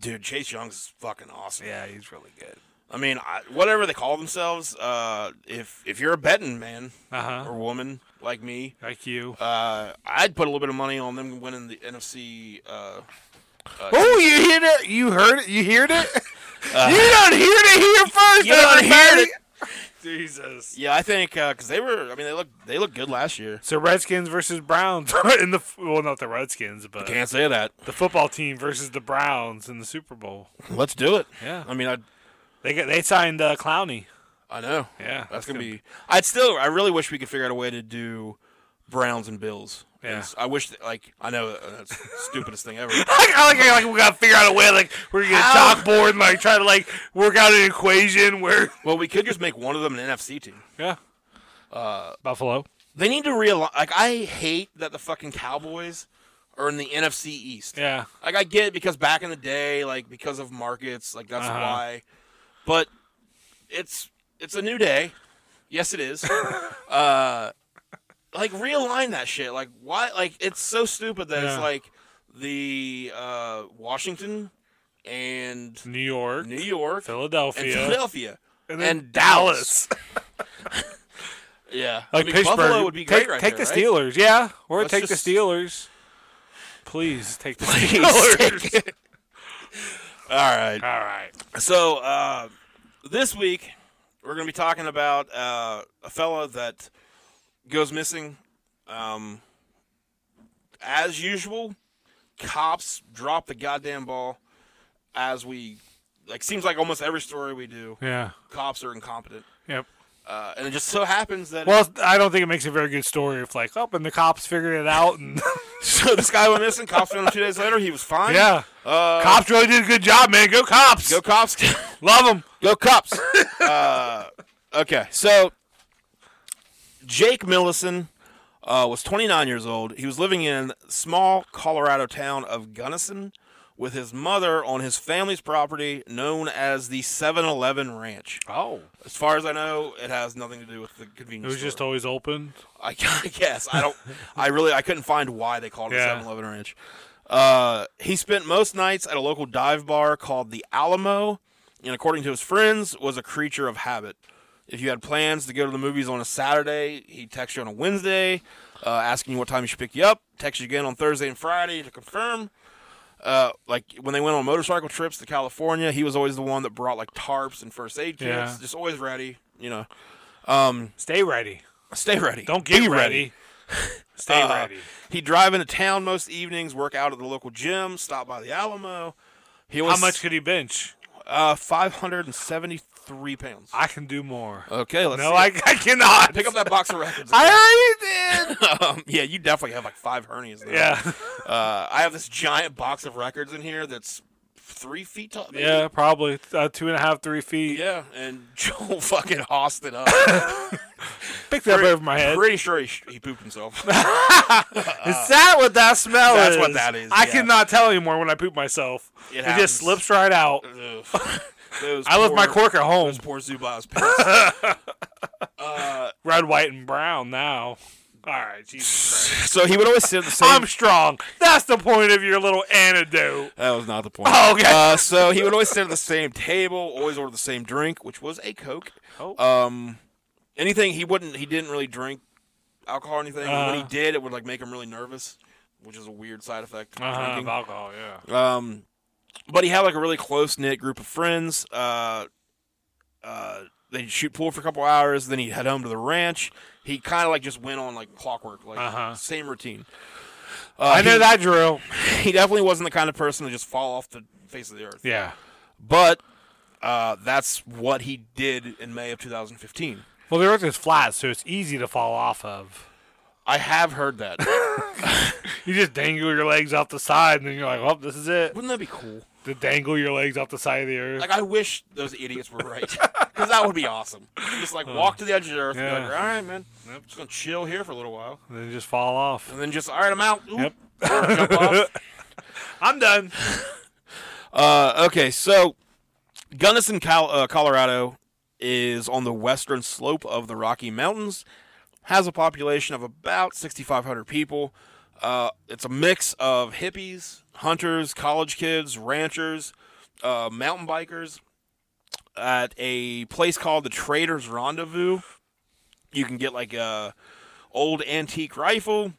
Speaker 3: dude. Chase Young's fucking awesome.
Speaker 2: Yeah, he's really good.
Speaker 3: I mean, I, whatever they call themselves, uh, if if you're a betting man
Speaker 2: Uh huh.
Speaker 3: or woman like me,
Speaker 2: Like you.
Speaker 3: uh, I'd put a little bit of money on them winning the NFC. Uh,
Speaker 4: Oh, you heard it? You heard it? You heard it? you don't hear it here first.
Speaker 3: uh, You don't hear
Speaker 4: everybody.
Speaker 3: it.
Speaker 2: Jesus.
Speaker 3: yeah, I think because they were. I mean, they look they look good last year.
Speaker 2: So Redskins versus Browns in the well, not the Redskins, but
Speaker 3: Can't say that.
Speaker 2: the football team versus the Browns in the Super Bowl.
Speaker 3: Let's do it.
Speaker 2: Yeah,
Speaker 3: I mean, I
Speaker 2: they got, they signed uh, Clowney.
Speaker 3: I know
Speaker 2: Yeah,
Speaker 3: that's gonna be. I'd still. I really wish we could figure out a way to do Browns and Bills.
Speaker 2: Yeah.
Speaker 3: And I wish. That, like I know uh, that's the stupidest thing ever.
Speaker 2: I like, I like we gotta figure out a way like we're gonna
Speaker 3: How?
Speaker 2: chalkboard and like try to like work out an equation where
Speaker 3: Well, we could just make one of them an NFC team.
Speaker 2: yeah
Speaker 3: Uh,
Speaker 2: Buffalo
Speaker 3: They need to realize. Like, I hate that the fucking Cowboys are in the NFC East.
Speaker 2: yeah
Speaker 3: Like, I get it because back in the day, like because of markets, like that's
Speaker 2: Uh-huh.
Speaker 3: why. But it's it's a new day. Yes, it is. uh, like realign that shit. Like why? Like it's so stupid that
Speaker 2: Yeah.
Speaker 3: it's like the uh, Washington and
Speaker 2: New York
Speaker 3: New York and
Speaker 2: Philadelphia
Speaker 3: Philadelphia.
Speaker 2: and,
Speaker 3: and
Speaker 2: Dallas
Speaker 3: Yeah, I
Speaker 2: like
Speaker 3: mean,
Speaker 2: Pittsburgh
Speaker 3: Buffalo would be great
Speaker 2: take,
Speaker 3: right
Speaker 2: take
Speaker 3: there,
Speaker 2: the
Speaker 3: right?
Speaker 2: Steelers yeah or
Speaker 3: Let's
Speaker 2: take
Speaker 3: just-
Speaker 2: the Steelers please take the
Speaker 3: Please
Speaker 2: Steelers
Speaker 3: take it. All right.
Speaker 2: all right
Speaker 3: So uh, this week we're going to be talking about uh, a fella that goes missing. Um, as usual, cops drop the goddamn ball. As we like, seems like almost every story we do,
Speaker 2: yeah
Speaker 3: cops are incompetent,
Speaker 2: yep
Speaker 3: uh, and it just so happens that
Speaker 2: well I don't think it makes a very good story if like oh and the cops figured it out and
Speaker 3: so this guy went missing. Cops found him two days later. He was fine.
Speaker 2: yeah
Speaker 3: Uh,
Speaker 2: cops really did a good job man go cops
Speaker 3: go cops.
Speaker 2: love them
Speaker 3: Go Cups. uh, okay, so Jake Millison uh, was 29 years old. He was living in small Colorado town of Gunnison with his mother on his family's property known as the 7-Eleven Ranch.
Speaker 2: oh
Speaker 3: As far as I know, it has nothing to do with the
Speaker 2: it
Speaker 3: convenience
Speaker 2: was just
Speaker 3: store.
Speaker 2: always open
Speaker 3: I I guess I don't. I really I couldn't find why they called it
Speaker 2: Yeah.
Speaker 3: 7-Eleven Ranch. Uh, he spent most nights at a local dive bar called the Alamo, and according to his friends, was a creature of habit. If you had plans to go to the movies on a Saturday, he'd text you on a Wednesday, uh, asking you what time he should pick you up. Text you again on Thursday and Friday to confirm. Uh, like when they went on motorcycle trips to California, he was always the one that brought like tarps and first aid kits,
Speaker 2: Yeah.
Speaker 3: just always ready. You know,
Speaker 2: stay ready
Speaker 3: stay ready.
Speaker 2: Don't get ready.
Speaker 3: ready.
Speaker 2: Stay
Speaker 3: Uh,
Speaker 2: ready.
Speaker 3: He'd drive into town most evenings, work out at the local gym, stop by the Alamo. He was
Speaker 2: How much could he bench?
Speaker 3: Uh, five hundred and seventy-three pounds.
Speaker 2: I can do more.
Speaker 3: Okay, Uh, let's
Speaker 2: no,
Speaker 3: see.
Speaker 2: I, I cannot.
Speaker 3: pick up that box of records.
Speaker 2: I already did.
Speaker 3: um, yeah, you definitely have like five hernias. Now.
Speaker 2: Yeah,
Speaker 3: Uh, I have this giant box of records in here that's three feet tall. maybe?
Speaker 2: yeah, probably uh, two and a half, three feet.
Speaker 3: Yeah, and Joel fucking hossed it up.
Speaker 2: Picked that up over my head.
Speaker 3: Pretty sure he, sh- he pooped himself.
Speaker 2: is that what that smell
Speaker 3: That's
Speaker 2: is?
Speaker 3: what that is,
Speaker 2: I
Speaker 3: yeah.
Speaker 2: cannot tell anymore when I poop myself.
Speaker 3: It
Speaker 2: It,
Speaker 3: happens.
Speaker 2: just slips right out.
Speaker 3: Ugh.
Speaker 2: I left my cork at home.
Speaker 3: Those poor Zubaz pants. uh,
Speaker 2: Red, white, and brown now. All right, Jesus Christ.
Speaker 3: so he would always sit at the same.
Speaker 2: I'm strong. That's the point of your little antidote.
Speaker 3: that was not the point.
Speaker 2: Oh, okay.
Speaker 3: Uh, so he would always sit at the same table, always order the same drink, which was a Coke.
Speaker 2: Oh.
Speaker 3: Um, anything he wouldn't, he didn't really drink alcohol or anything. and when he
Speaker 2: Uh.
Speaker 3: did, it would like make him really nervous, which is a weird side effect. of
Speaker 2: Uh-huh, of
Speaker 3: drinking.
Speaker 2: alcohol, yeah.
Speaker 3: Um, but he had like a really close knit group of friends. Uh, uh, they'd shoot pool for a couple hours, then he'd head home to the ranch. He kind of like just went on like clockwork, like
Speaker 2: Uh-huh.
Speaker 3: same routine. Uh,
Speaker 2: I
Speaker 3: he-
Speaker 2: know that drill.
Speaker 3: He definitely wasn't the kind of person to just fall off the face of the earth.
Speaker 2: Yeah.
Speaker 3: But uh, that's what he did in May of 2015.
Speaker 2: Well, the earth is flat, so it's easy to fall off of.
Speaker 3: I have heard that.
Speaker 2: You just dangle your legs off the side, and then you're like, "Oh, this is it."
Speaker 3: Wouldn't that be cool?
Speaker 2: To dangle your legs off the side of the earth.
Speaker 3: Like I wish those idiots were right, because that would be awesome. Just like walk to the edge of the earth, and be
Speaker 2: Yeah.
Speaker 3: like, all right, man, just gonna chill here for a little while.
Speaker 2: And then just fall off.
Speaker 3: and then just all right, I'm out. Oop.
Speaker 2: Yep.
Speaker 3: Or jump off.
Speaker 2: I'm done.
Speaker 3: Uh, okay, so Gunnison, Col- uh, Colorado, is on the western slope of the Rocky Mountains. Has a population of about 6,500 people. Uh, it's a mix of hippies, hunters, college kids, ranchers, uh, mountain bikers. At a place called the Traders Rendezvous, you can get like a old antique rifle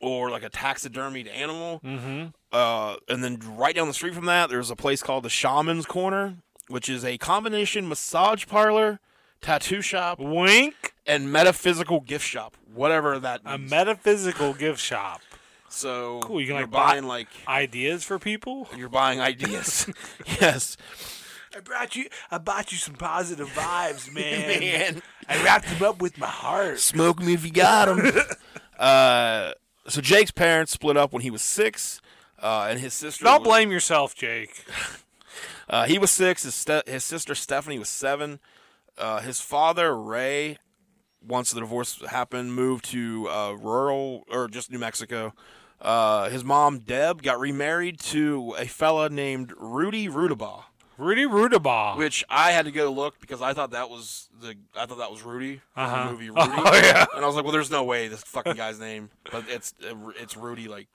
Speaker 3: or like a taxidermied animal.
Speaker 2: Mm-hmm.
Speaker 3: Uh, and then right down the street from that, there's a place called the Shaman's Corner, which is a combination massage parlor, tattoo shop,
Speaker 2: Wink.
Speaker 3: and metaphysical gift shop, whatever that
Speaker 2: A
Speaker 3: means.
Speaker 2: metaphysical gift shop.
Speaker 3: so
Speaker 2: Um, Cool, you can,
Speaker 3: are
Speaker 2: like, buy-
Speaker 3: buying like
Speaker 2: Ideas for people.
Speaker 3: you're buying ideas. yes,
Speaker 1: I brought you. I bought you some positive vibes, man.
Speaker 3: man.
Speaker 1: I wrapped them up with my heart.
Speaker 3: Smoke me if you got 'em. uh, so Jake's parents split up when he was six, uh, and his sister.
Speaker 2: Don't
Speaker 3: was-
Speaker 2: blame yourself, Jake.
Speaker 3: Uh, he was six. His, ste- his sister Stephanie was seven. Uh, his father Ray, once the divorce happened, moved to uh, rural or just New Mexico. Uh, his mom Deb got remarried to a fella named Rudy Rudabaugh,
Speaker 2: Rudy Rudabaugh.
Speaker 3: which I had to go look because I thought that was the I thought that was Rudy from
Speaker 2: Uh-huh.
Speaker 3: the movie Rudy,
Speaker 2: Oh yeah.
Speaker 3: and I was like, well, there's no way this fucking guy's name, but it's it's Rudy like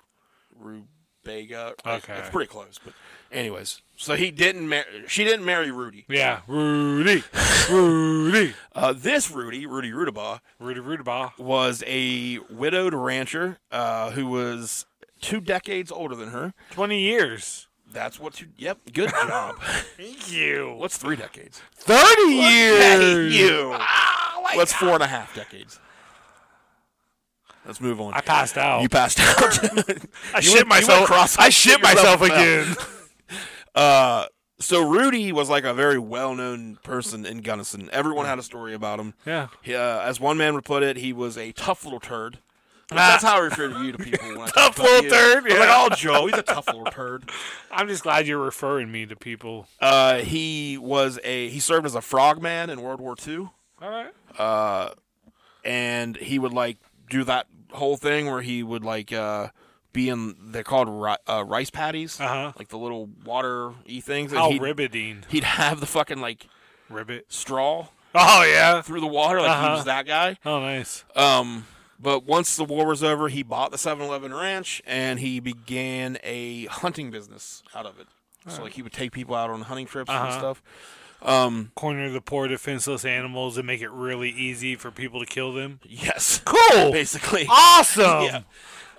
Speaker 3: Rubega.
Speaker 2: Okay.
Speaker 3: it's pretty close, but anyways. So he didn't marry. She didn't marry Rudy.
Speaker 2: Yeah. Rudy. Rudy.
Speaker 3: Uh, this Rudy, Rudy Rudabaugh,
Speaker 2: Rudy Rudabaugh.
Speaker 3: was a widowed rancher uh, who was two decades older than her.
Speaker 2: Twenty years.
Speaker 3: That's what you. Yep, good job.
Speaker 2: Thank you.
Speaker 3: What's three decades?
Speaker 2: Thirty years.
Speaker 3: Thank you. What's four and a half decades? Let's move on.
Speaker 2: I passed out.
Speaker 3: you passed out.
Speaker 2: I
Speaker 3: you
Speaker 2: shit
Speaker 3: went- you went
Speaker 2: myself.
Speaker 3: cross-
Speaker 2: I shit myself again.
Speaker 3: uh, so Rudy was like a very well-known person in Gunnison. Everyone had a story about him.
Speaker 2: yeah.
Speaker 3: He, uh, as one man would put it, he was a tough little turd. That's how I refer to you to people. When I talk
Speaker 2: Tough
Speaker 3: about
Speaker 2: little
Speaker 3: you.
Speaker 2: turd,
Speaker 3: I'm like,
Speaker 2: yeah.
Speaker 3: oh, Joe, he's a tough little turd.
Speaker 2: I'm just glad you're referring me to people.
Speaker 3: Uh, he was a he served as a frogman in World War II,
Speaker 2: All right.
Speaker 3: Uh, and he would like do that whole thing where he would like uh, be in they're called ri- uh, rice patties,
Speaker 2: Uh-huh.
Speaker 3: like the little water y things. and
Speaker 2: Oh,
Speaker 3: he'd,
Speaker 2: ribbiting.
Speaker 3: he'd have the fucking like
Speaker 2: Ribbit.
Speaker 3: straw
Speaker 2: Oh yeah.
Speaker 3: through the water, like he
Speaker 2: Uh-huh.
Speaker 3: was that guy.
Speaker 2: Oh nice.
Speaker 3: Um, but once the war was over, he bought the 7-Eleven ranch and he began a hunting business out of it. So like he would take people out on hunting trips and
Speaker 2: Uh-huh.
Speaker 3: stuff. Um,
Speaker 2: Corner the poor defenseless animals and make it really easy for people to kill them.
Speaker 3: yes,
Speaker 2: Cool. Ah,
Speaker 3: basically.
Speaker 2: Awesome.
Speaker 3: Yeah.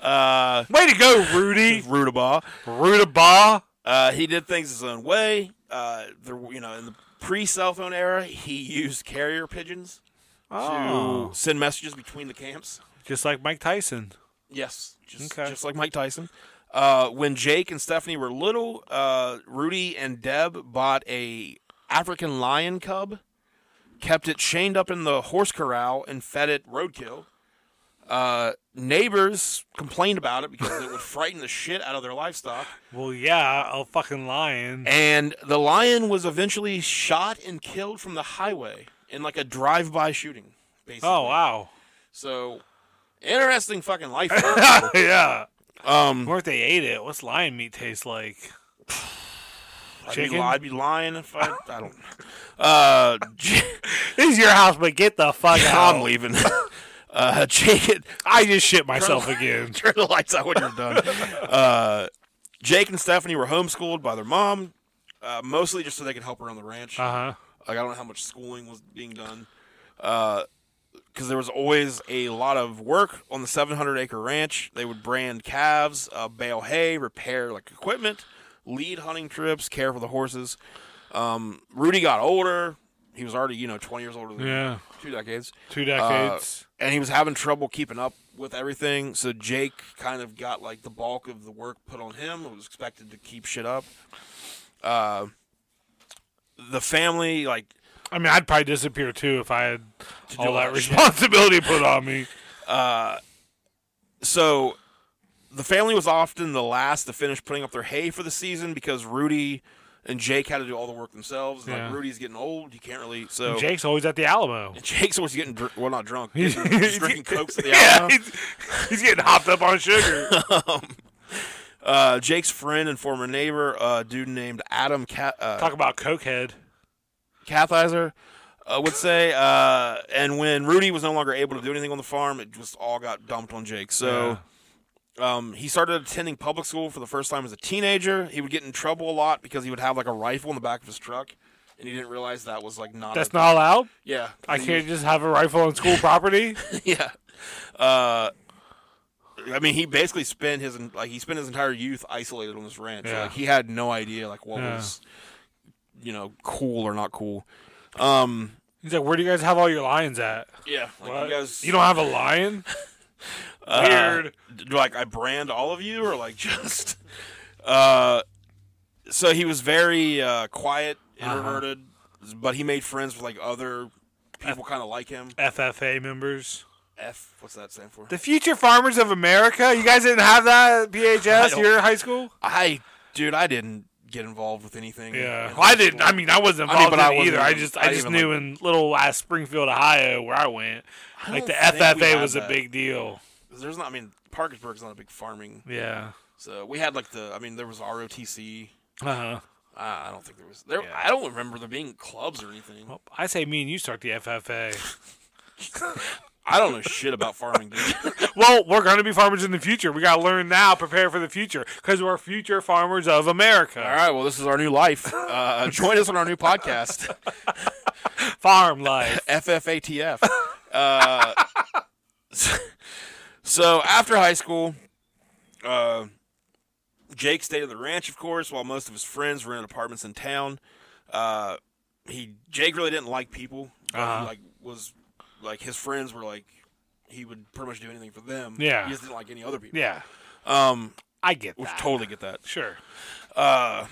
Speaker 3: Uh,
Speaker 2: Way to go, Rudy.
Speaker 3: Rudabaugh.
Speaker 2: Rudabaugh.
Speaker 3: Uh, he did things his own way. Uh, there, were- you know, in the pre-cell
Speaker 2: Oh.
Speaker 3: phone era, he used carrier pigeons to send messages between the camps.
Speaker 2: Just like Mike Tyson.
Speaker 3: Yes, just,
Speaker 2: Okay.
Speaker 3: just like Mike Tyson. Uh, when Jake and Stephanie were little, uh, Rudy and Deb bought a African lion cub, kept it chained up in the horse corral, and fed it roadkill. Uh, neighbors complained about it because it would frighten the shit out of their livestock.
Speaker 2: Well, yeah, a fucking lion.
Speaker 3: And the lion was eventually shot and killed from the highway in like a drive-by shooting. Basically.
Speaker 2: Oh wow.
Speaker 3: So interesting fucking life.
Speaker 2: yeah.
Speaker 3: um,
Speaker 2: What if they ate it? What's lion meat taste like?
Speaker 3: I'd be,
Speaker 2: Chicken?
Speaker 3: li- I'd be lying if I. I don't. Uh, J-
Speaker 2: This is your house, but get the fuck
Speaker 3: I'm
Speaker 2: out.
Speaker 3: leaving. Uh, Jake,
Speaker 2: I just shit myself again.
Speaker 3: turn the lights out when you're done. Uh, Jake and Stephanie were homeschooled by their mom, uh, mostly just so they could help her on the ranch.
Speaker 2: Uh huh.
Speaker 3: Like I don't know how much schooling was being done, because there was always a lot of work on the 700 acre ranch. They would brand calves, uh, bale hay, repair like equipment, lead hunting trips, care for the horses. Um, Rudy got older. He was already you know 20 years older than
Speaker 2: Yeah.
Speaker 3: two decades,
Speaker 2: Two
Speaker 3: Uh,
Speaker 2: decades.
Speaker 3: and he was having trouble keeping up with everything. So Jake kind of got like the bulk of the work put on him. It was expected to keep shit up. Uh, the family like
Speaker 2: I mean, I'd probably disappear too if I had
Speaker 3: do
Speaker 2: all
Speaker 3: all
Speaker 2: that
Speaker 3: that shit.
Speaker 2: responsibility put on me.
Speaker 3: so the family was often the last to finish putting up their hay for the season because Rudy and Jake had to do all the work themselves. And,
Speaker 2: Yeah.
Speaker 3: Like Rudy's getting old, you can't really. So
Speaker 2: Jake's always at the Alamo.
Speaker 3: Jake's always getting dr- well, not drunk, he's drinking cokes at the Alamo.
Speaker 2: he's, he's getting hopped up on sugar.
Speaker 3: Uh, Jake's friend and former neighbor, a dude named Adam Ca- uh,
Speaker 2: Talk about cokehead.
Speaker 3: Cathizer, uh, would say. Uh, and when Rudy was no longer able to do anything on the farm, it just all got dumped on Jake. So. Um, he started attending public school for the first time as a teenager. He would get in trouble a lot because he would have like a rifle in the back of his truck, and he didn't realize that was like not.
Speaker 2: That's
Speaker 3: a,
Speaker 2: not allowed.
Speaker 3: Yeah,
Speaker 2: I can't just have a rifle on school property.
Speaker 3: yeah. Uh, I mean, he basically spent his like he spent his entire youth isolated on this ranch.
Speaker 2: Yeah.
Speaker 3: Like he had no idea like what
Speaker 2: Yeah.
Speaker 3: was, you know, cool or not cool. Um,
Speaker 2: He's like, "Where do you guys have all your lions at?
Speaker 3: yeah, like
Speaker 2: What?
Speaker 3: you guys,
Speaker 2: don't have a lion?
Speaker 3: uh,
Speaker 2: Weird.
Speaker 3: do, like I brand all of you or like just uh so he was very uh quiet,
Speaker 2: Uh-huh.
Speaker 3: introverted, but he made friends with like other people kind of like him.
Speaker 2: FFA members.
Speaker 3: F what's that stand for?
Speaker 2: The Future Farmers of America. You guys didn't have that at PHS.
Speaker 3: don't-
Speaker 2: Your high school?
Speaker 3: I dude, I didn't get involved with anything.
Speaker 2: Yeah,
Speaker 3: in
Speaker 2: well, I
Speaker 3: high
Speaker 2: didn't.
Speaker 3: school.
Speaker 2: I mean, I wasn't
Speaker 3: I mean,
Speaker 2: involved
Speaker 3: but I
Speaker 2: in it
Speaker 3: wasn't
Speaker 2: either. I
Speaker 3: even-
Speaker 2: just,
Speaker 3: I
Speaker 2: I just
Speaker 3: even,
Speaker 2: knew in little ass Springfield, Ohio, where I went,
Speaker 3: I
Speaker 2: like the
Speaker 3: don't think we
Speaker 2: FFA
Speaker 3: had
Speaker 2: was a
Speaker 3: that.
Speaker 2: big deal.
Speaker 3: There's not I mean Parkersburg's not a big farming.
Speaker 2: Yeah.
Speaker 3: So we had like the I mean there was ROTC.
Speaker 2: Uh huh.
Speaker 3: I I don't think there was there I don't remember there being clubs or anything.
Speaker 2: Well, I say me and you start the FFA.
Speaker 3: I don't know shit about farming, dude.
Speaker 2: well, we're going to be farmers in the future. We got to learn now, prepare for the future, because we're future farmers of America.
Speaker 3: All right, well, this is our new life. Uh, join us on our new podcast,
Speaker 2: Farm life.
Speaker 3: FFATF. Uh, so after high school, uh, Jake stayed at the ranch, of course, while most of his friends rented apartments in town. Uh, he Jake really didn't like people. but he,
Speaker 2: Uh-huh.
Speaker 3: like was like his friends were like he would pretty much do anything for them.
Speaker 2: Yeah.
Speaker 3: he just didn't like any other people.
Speaker 2: yeah,
Speaker 3: Um,
Speaker 2: I get
Speaker 3: which
Speaker 2: that.
Speaker 3: totally get that.
Speaker 2: sure.
Speaker 3: uh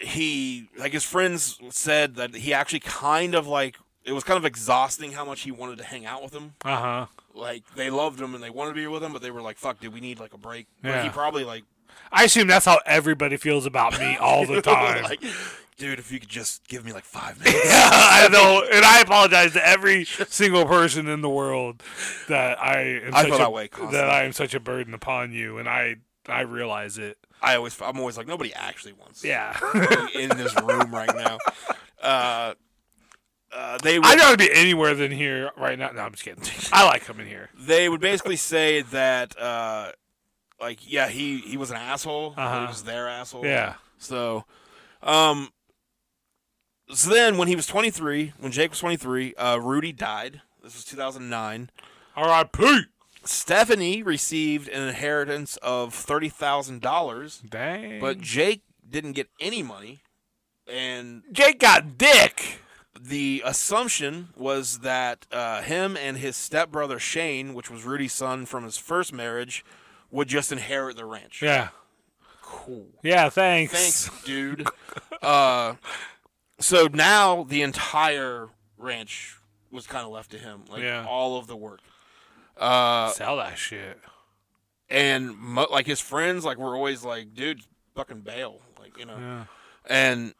Speaker 3: he like his friends said that he actually kind of like it was kind of exhausting how much he wanted to hang out with him.
Speaker 2: Uh huh.
Speaker 3: Like they loved him and they wanted to be with him, but they were like, "Fuck, dude, we need like a break." Like, he
Speaker 2: Yeah.
Speaker 3: probably like,
Speaker 2: I assume that's how everybody feels about me all the time.
Speaker 3: like, dude, if you could just give me like five minutes.
Speaker 2: I know, and I apologize to every single person in the world that I am
Speaker 3: I
Speaker 2: such
Speaker 3: feel
Speaker 2: a,
Speaker 3: that way constantly.
Speaker 2: that I am such a burden upon you, and I I realize it.
Speaker 3: I always, I'm always like, nobody actually wants
Speaker 2: Yeah,
Speaker 3: me in this room right now. Uh, uh, they
Speaker 2: I'd
Speaker 3: would,
Speaker 2: rather be anywhere than here right now. No, I'm just kidding. I like coming here.
Speaker 3: they would basically say that, uh, like, yeah, he he was an asshole. but
Speaker 2: Uh-huh.
Speaker 3: He was their asshole.
Speaker 2: Yeah.
Speaker 3: So, um, so then when he was 23, when Jake was 23, uh, Rudy died. This was 2009.
Speaker 2: R.I.P.
Speaker 3: Stephanie received an inheritance of thirty thousand dollars,
Speaker 2: Dang.
Speaker 3: but Jake didn't get any money. And
Speaker 2: Jake got dick.
Speaker 3: the assumption was that uh, him and his stepbrother Shane, which was Rudy's son from his first marriage, would just inherit the ranch.
Speaker 2: Yeah.
Speaker 3: Cool.
Speaker 2: Yeah, thanks.
Speaker 3: Thanks, dude. uh, so now the entire ranch was kind of left to him, like
Speaker 2: Yeah.
Speaker 3: all of the work. Uh,
Speaker 2: Sell that shit.
Speaker 3: and mo- like his friends, like were always like, "Dude, fucking bail," like you know.
Speaker 2: Yeah.
Speaker 3: And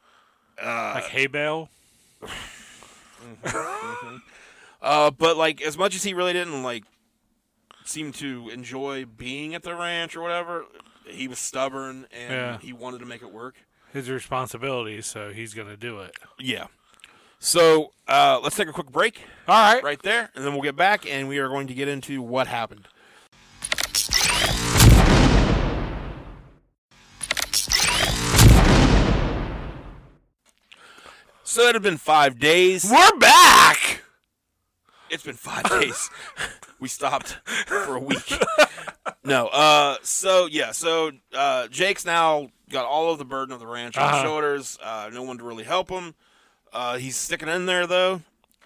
Speaker 2: Like hay bale.
Speaker 3: Uh, but like as much as he really didn't like seem to enjoy being at the ranch or whatever, he was stubborn and
Speaker 2: Yeah.
Speaker 3: he wanted to make it work.
Speaker 2: His responsibility, so he's gonna do it.
Speaker 3: Yeah. So uh, let's take a quick break
Speaker 2: All right.
Speaker 3: right there, and then we'll get back and we are going to get into what happened. So it had been five days.
Speaker 2: We're back.
Speaker 3: It's been five days. we stopped for a week. no. Uh. So yeah. So uh, Jake's now got all of the burden of the ranch on his
Speaker 2: Uh-huh.
Speaker 3: shoulders. Uh, no one to really help him. Uh, he's sticking in there though.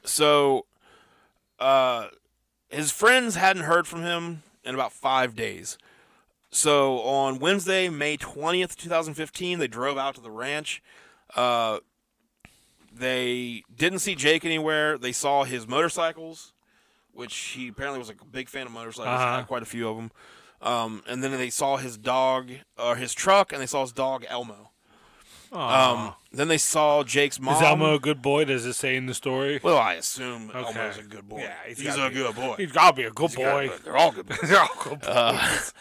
Speaker 3: So, uh, his friends hadn't heard from him in about five days. So on Wednesday, May twentieth, two thousand fifteen, they drove out to the ranch. Uh, they didn't see Jake anywhere. They saw his motorcycles, which he apparently was a big fan of motorcycles.
Speaker 2: Uh-huh.
Speaker 3: Had quite a few of them. Um, and then they saw his dog or his truck, and they saw his dog Elmo.
Speaker 2: Aw.
Speaker 3: Um, then they saw Jake's mom.
Speaker 2: Uh-huh. is Elmo a good boy? Does it say in the story?
Speaker 3: Well, I assume
Speaker 2: Okay.
Speaker 3: Elmo's a good boy.
Speaker 2: Yeah, he's
Speaker 3: he's
Speaker 2: gotta
Speaker 3: a
Speaker 2: be.
Speaker 3: good boy.
Speaker 2: He's gotta be a good
Speaker 3: He's gotta
Speaker 2: boy.
Speaker 3: be. They're all good. boys.
Speaker 2: They're all good Uh, boys.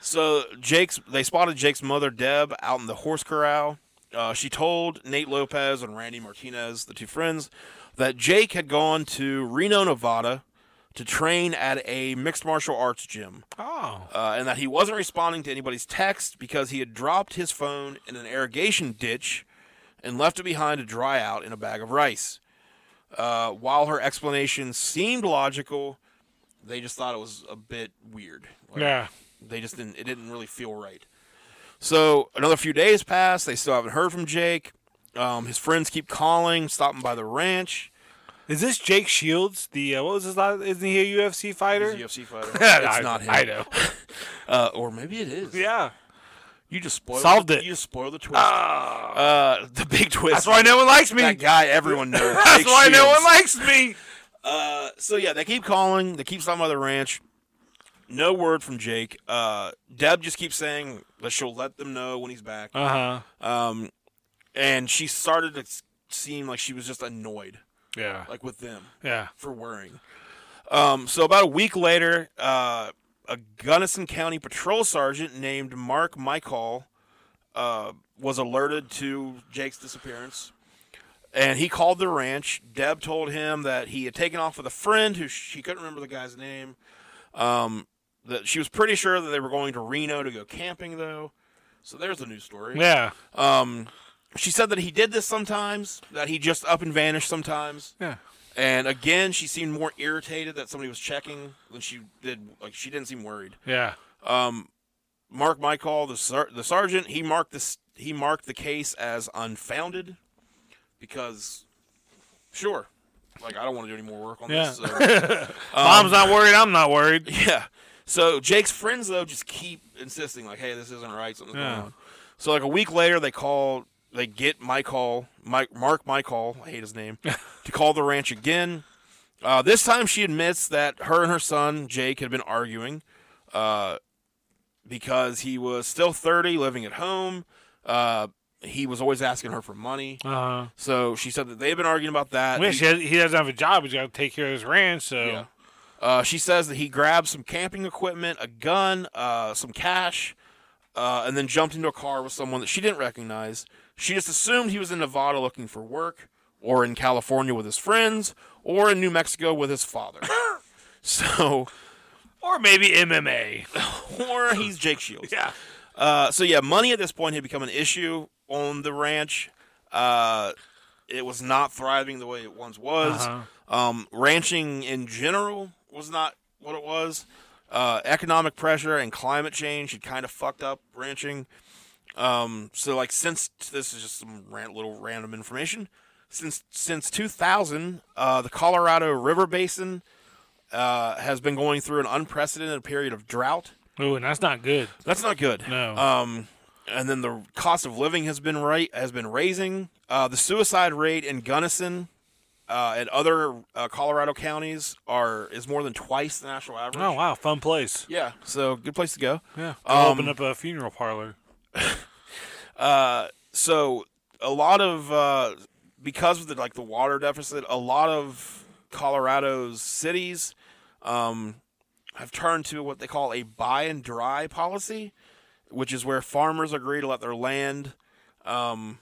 Speaker 3: So Jake's they spotted Jake's mother Deb out in the horse corral. Uh, she told Nate Lopez and Randy Martinez, the two friends, that Jake had gone to Reno, Nevada, to train at a mixed martial arts gym,
Speaker 2: oh.
Speaker 3: uh, and that he wasn't responding to anybody's text because he had dropped his phone in an irrigation ditch and left it behind to dry out in a bag of rice. Uh, while her explanation seemed logical, they just thought it was a bit weird. Like,
Speaker 2: Yeah.
Speaker 3: they just didn't it didn't really feel right so another few days pass they still haven't heard from jake um, his friends keep calling stopping by the ranch
Speaker 2: Is this Jake Shields? The uh, what was his last? Isn't he a UFC
Speaker 3: He's
Speaker 2: fighter?
Speaker 3: a UFC fighter.
Speaker 2: Yeah,
Speaker 3: it's
Speaker 2: I-
Speaker 3: not him
Speaker 2: I know.
Speaker 3: Uh, or maybe it is
Speaker 2: yeah.
Speaker 3: you just spoiled
Speaker 2: Solved
Speaker 3: the,
Speaker 2: it.
Speaker 3: you just spoiled the twist uh, the big twist
Speaker 2: That's why no one likes me.
Speaker 3: that
Speaker 2: That's
Speaker 3: guy everyone knows Jake
Speaker 2: why no
Speaker 3: Shields.
Speaker 2: one likes me.
Speaker 3: Uh, so yeah, they keep calling. They keep stopping by the ranch. No word from Jake. Uh, Deb just keeps saying that she'll let them know when he's back.
Speaker 2: Uh huh.
Speaker 3: Um, and she started to s- seem like she was just annoyed,
Speaker 2: Yeah.
Speaker 3: like with them
Speaker 2: Yeah.
Speaker 3: for worrying. Um, so about a week later, uh, a Gunnison County patrol sergeant named Mark Michael uh, was alerted to Jake's disappearance. And he called the ranch. Deb told him that he had taken off with a friend who she couldn't remember the guy's name. Um, that she was pretty sure that they were going to Reno to go camping, though. So there's the news story.
Speaker 2: Yeah.
Speaker 3: Um, she said that he did this sometimes, that he just up and vanished sometimes.
Speaker 2: Yeah.
Speaker 3: And again, she seemed more irritated that somebody was checking than she did. Like she didn't seem worried.
Speaker 2: Yeah.
Speaker 3: Um, Mark Michael, the ser- the sergeant, he marked this. He marked the case as unfounded because, sure, like I don't want to do any more work on this.
Speaker 2: Yeah.
Speaker 3: So.
Speaker 2: Mom's not worried. I'm not worried.
Speaker 3: Yeah. So Jake's friends though just keep insisting like, "Hey, this isn't right. Something's
Speaker 2: Yeah.
Speaker 3: going on." So like a week later, they call, they get my call, Mike, Mark, my call. I hate his name. to call the ranch again. Uh, this time, she admits that her and her son Jake had been arguing, uh, because he was still thirty, living at home. Uh, he was always asking her for money.
Speaker 2: Uh
Speaker 3: So she said that they had been arguing about that.
Speaker 2: huh. Yeah,
Speaker 3: He-
Speaker 2: she has, he doesn't have a job. He's got to take care of his ranch. So
Speaker 3: yeah. Uh, she says that he grabbed some camping equipment, a gun, uh, some cash, uh, and then jumped into a car with someone that she didn't recognize. She just assumed he was in Nevada looking for work, or in California with his friends, or in New Mexico with his father. so,
Speaker 2: or maybe MMA.
Speaker 3: or he's Jake Shields.
Speaker 2: yeah.
Speaker 3: Uh, so yeah, money at this point had become an issue on the ranch. Uh, it was not thriving the way it once was.
Speaker 2: Uh-huh.
Speaker 3: Um, ranching in general was not what it was. Uh, economic pressure and climate change had kind of fucked up ranching. Um, so like since this is just some ran- little random information, since since 2000, uh, the Colorado River Basin uh, has been going through an unprecedented period of drought.
Speaker 2: Ooh, and that's not good.
Speaker 3: That's not good.
Speaker 2: No.
Speaker 3: Um, and then the cost of living has been right has been raising. Uh, the suicide rate in Gunnison uh, and other uh, Colorado counties are is more than twice the national average.
Speaker 2: Oh wow, fun place.
Speaker 3: Yeah, so good place to go.
Speaker 2: Yeah, I'll open
Speaker 3: Um,
Speaker 2: up a funeral parlor.
Speaker 3: so a lot of uh, because of the like the water deficit, a lot of Colorado's cities um, have turned to what they call a buy and dry policy, which is where farmers agree to let their land um,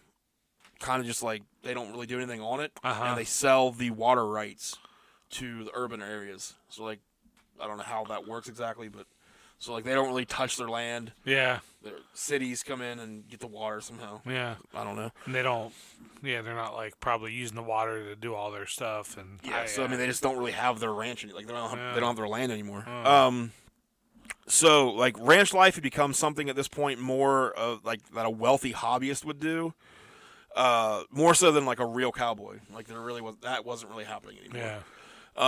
Speaker 3: kind of just like they don't really do anything on it,
Speaker 2: Uh-huh.
Speaker 3: and they sell the water rights to the urban areas. So like I don't know how that works exactly, but so like they don't really touch their land.
Speaker 2: Yeah,
Speaker 3: Their cities come in and get the water somehow.
Speaker 2: yeah,
Speaker 3: I don't know.
Speaker 2: and they don't. Yeah, they're not like probably using the water to do all their stuff. And
Speaker 3: Yeah, Ah, so I mean, they just don't really have their ranch any Like they don't have,
Speaker 2: Yeah.
Speaker 3: they don't have their land anymore. Um, so like ranch life had become something at this point more of like that a wealthy hobbyist would do, uh, more so than like a real cowboy. Like there really was that wasn't really happening anymore.
Speaker 2: yeah,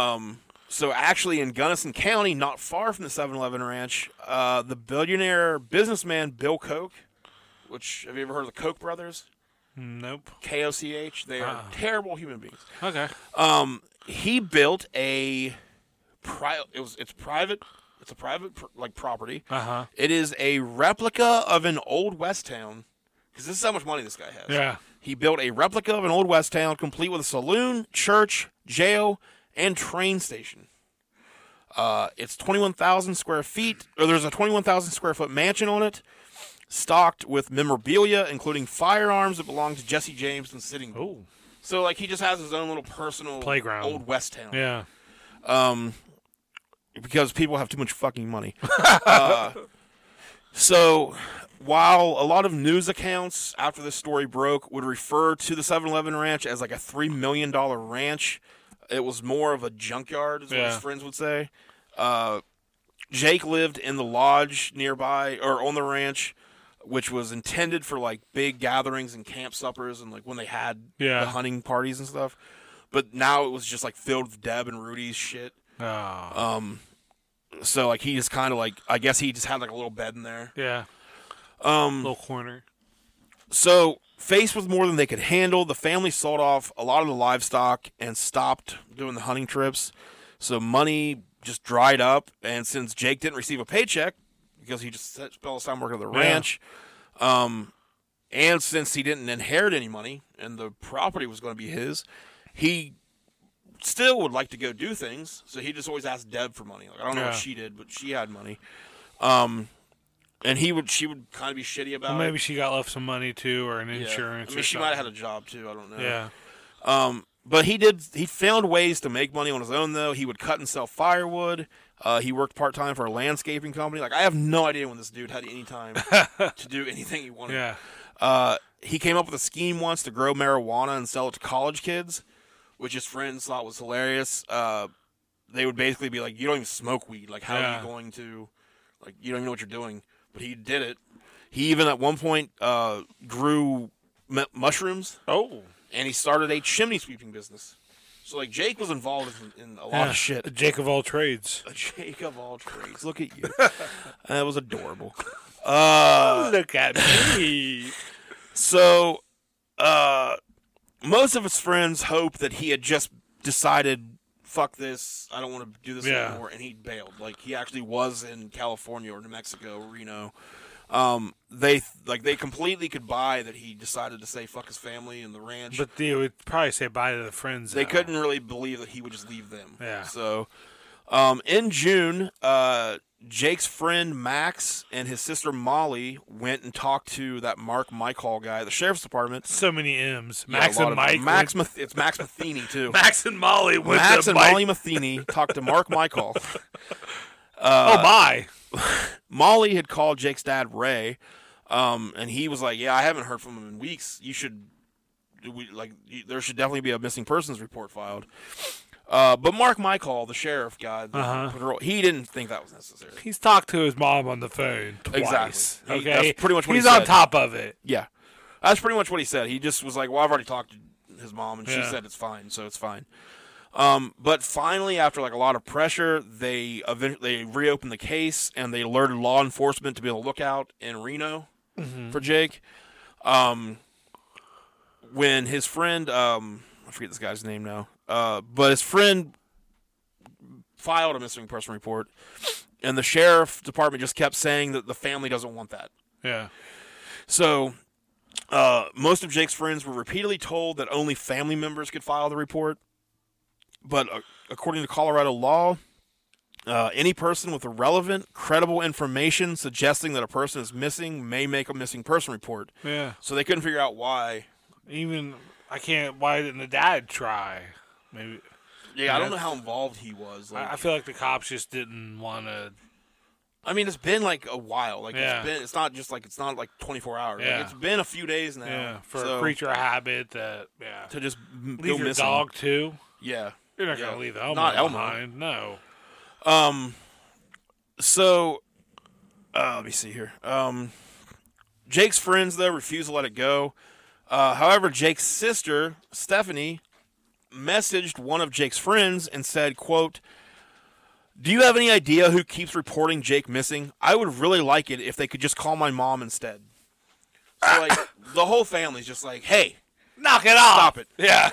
Speaker 3: So actually, in Gunnison County, not far from the 7-Eleven ranch, uh, the billionaire businessman Bill Koch, which have you ever heard of the Koch brothers?
Speaker 2: nope.
Speaker 3: K O C H. They are terrible human beings.
Speaker 2: Okay,
Speaker 3: Um, he built a pri- it was it's private. It's a private pr- like property.
Speaker 2: uh huh.
Speaker 3: It is a replica of an old West town because this is how much money this guy has.
Speaker 2: Yeah,
Speaker 3: He built a replica of an old West town, complete with a saloon, church, jail, and train station. Uh, it's 21,000 square feet, or there's a 21,000 square foot mansion on it, stocked with memorabilia, including firearms that belonged to Jesse James and Sitting Bull.
Speaker 2: Ooh.
Speaker 3: So, like, he just has his own little personal
Speaker 2: Oh. Playground.
Speaker 3: old West town.
Speaker 2: yeah.
Speaker 3: Um, because people have too much fucking money. Uh, so while a lot of news accounts after this story broke would refer to the 7-Eleven ranch as like a three million dollar ranch, it was more of a junkyard, is what
Speaker 2: Yeah.
Speaker 3: his friends would say. Uh, Jake lived in the lodge nearby or on the ranch, which was intended for like big gatherings and camp suppers and like when they had
Speaker 2: Yeah.
Speaker 3: the hunting parties and stuff. But now it was just like filled with Deb and Rudy's shit.
Speaker 2: Oh,
Speaker 3: Um, so like he just kind of like I guess he just had like a little bed in there.
Speaker 2: yeah.
Speaker 3: Um,
Speaker 2: Little corner.
Speaker 3: so faced with more than they could handle, the family sold off a lot of the livestock and stopped doing the hunting trips. So money just dried up, and since Jake didn't receive a paycheck because he just spent all his time working at the ranch, um, and since he didn't inherit any money and the property was going to be his, he still would like to go do things. So he just always asked Deb for money. Like I don't know
Speaker 2: Yeah.
Speaker 3: what she did, but she had money. Um, and he would she would kind of be shitty about
Speaker 2: Well,
Speaker 3: it.
Speaker 2: maybe she got left some money too, or an
Speaker 3: uh, Yeah.
Speaker 2: insurance.
Speaker 3: I
Speaker 2: or
Speaker 3: mean, she might have had
Speaker 2: something.
Speaker 3: a uh, job too. I don't know.
Speaker 2: Yeah.
Speaker 3: Um, but he did. He found ways to make money on his own, though. He would cut and sell firewood. Uh, he worked part time for a landscaping company. Like I have no idea when this dude had any time to do anything he wanted.
Speaker 2: Yeah.
Speaker 3: Uh, he came up with a scheme once to grow marijuana and sell it to college kids, which his friends thought was hilarious. Uh, they would basically be like, "You don't even smoke weed. Like, how are
Speaker 2: Yeah.
Speaker 3: you going to? Like, you don't even know what you're doing." But he did it. He even at one point uh, grew mu- mushrooms
Speaker 2: Oh.
Speaker 3: and he started a chimney sweeping business. So like Jake was involved in, in a lot
Speaker 2: Yeah.
Speaker 3: of shit.
Speaker 2: Oh, Jake of all trades.
Speaker 3: Jake of all trades. Look at you. that was adorable. Uh,
Speaker 2: Look at me.
Speaker 3: so, uh, most of his friends hoped that he had just decided, "Fuck this! I don't want to do this
Speaker 2: Yeah.
Speaker 3: anymore," and he bailed. Like he actually was in California or New Mexico, Reno. Um, they like they completely could buy that he decided to say "fuck his family" and the ranch.
Speaker 2: But they would probably say bye to the friends.
Speaker 3: they
Speaker 2: now.
Speaker 3: couldn't really believe that he would just leave them.
Speaker 2: Yeah.
Speaker 3: So, um, in June, uh, Jake's friend Max and his sister Molly went and talked to that Mark Michael guy at the sheriff's department.
Speaker 2: So many M's.
Speaker 3: Yeah,
Speaker 2: Max
Speaker 3: a lot
Speaker 2: and
Speaker 3: of-
Speaker 2: Mike.
Speaker 3: Max,
Speaker 2: went-
Speaker 3: Math- it's Max Matheny too.
Speaker 2: Max and Molly went
Speaker 3: Max
Speaker 2: to
Speaker 3: and
Speaker 2: Mike.
Speaker 3: Molly Matheny talked to Mark Michael.
Speaker 2: oh my.
Speaker 3: Molly had called Jake's dad Ray, um, and he was like, "Yeah, I haven't heard from him in weeks. You should, we, like, you, there should definitely be a missing persons report filed." Uh, but Mark Michael, the sheriff guy, the
Speaker 2: Uh-huh.
Speaker 3: patrol, he didn't think that was necessary.
Speaker 2: He's talked to his mom on the phone twice.
Speaker 3: Exactly. He-
Speaker 2: Okay.
Speaker 3: that's pretty much what he
Speaker 2: He's on
Speaker 3: said.
Speaker 2: top of it.
Speaker 3: Yeah, that's pretty much what he said. He just was like, "Well, I've already talked to his mom, and she
Speaker 2: Yeah.
Speaker 3: said it's fine, so it's fine. Um, but finally, after like a lot of pressure, they eventually they reopened the case and they alerted law enforcement to be on the lookout in Reno for Jake. Um, when his friend, um, I forget this guy's name now, uh, but his friend filed a missing person report, and the sheriff department just kept saying that the family doesn't want that.
Speaker 2: Yeah.
Speaker 3: So, uh, most of Jake's friends were repeatedly told that only family members could file the report. But uh, according to Colorado law, uh, any person with relevant, credible information suggesting that a person is missing may make a missing person report.
Speaker 2: Yeah.
Speaker 3: So they couldn't figure out why.
Speaker 2: Even I can't. Why didn't the dad try? Maybe
Speaker 3: Yeah, I don't know
Speaker 2: that's-
Speaker 3: how involved he was.
Speaker 2: I, I
Speaker 3: Like,
Speaker 2: feel like the cops just didn't want to.
Speaker 3: I mean, it's been like a while. Like
Speaker 2: Yeah.
Speaker 3: it's been. It's not just like it's not like 24 hours. Like,
Speaker 2: Yeah.
Speaker 3: it's been a few days now.
Speaker 2: Yeah. For
Speaker 3: so
Speaker 2: a creature habit that. Yeah.
Speaker 3: to just m- go
Speaker 2: Leave your
Speaker 3: missing.
Speaker 2: dog too.
Speaker 3: Yeah.
Speaker 2: You're not
Speaker 3: Yeah.
Speaker 2: gonna leave Elmo
Speaker 3: Not Elmo.
Speaker 2: behind. No.
Speaker 3: Um, so uh, let me see here. Um, Jake's friends though refuse to let it go. Uh, however, Jake's sister Stephanie messaged one of Jake's friends and said, "quote Do you have any idea who keeps reporting Jake missing? I would really like it if they could just call my mom instead." So like the whole family's just like, "Hey,
Speaker 2: Knock it off.
Speaker 3: stop it."
Speaker 2: Yeah.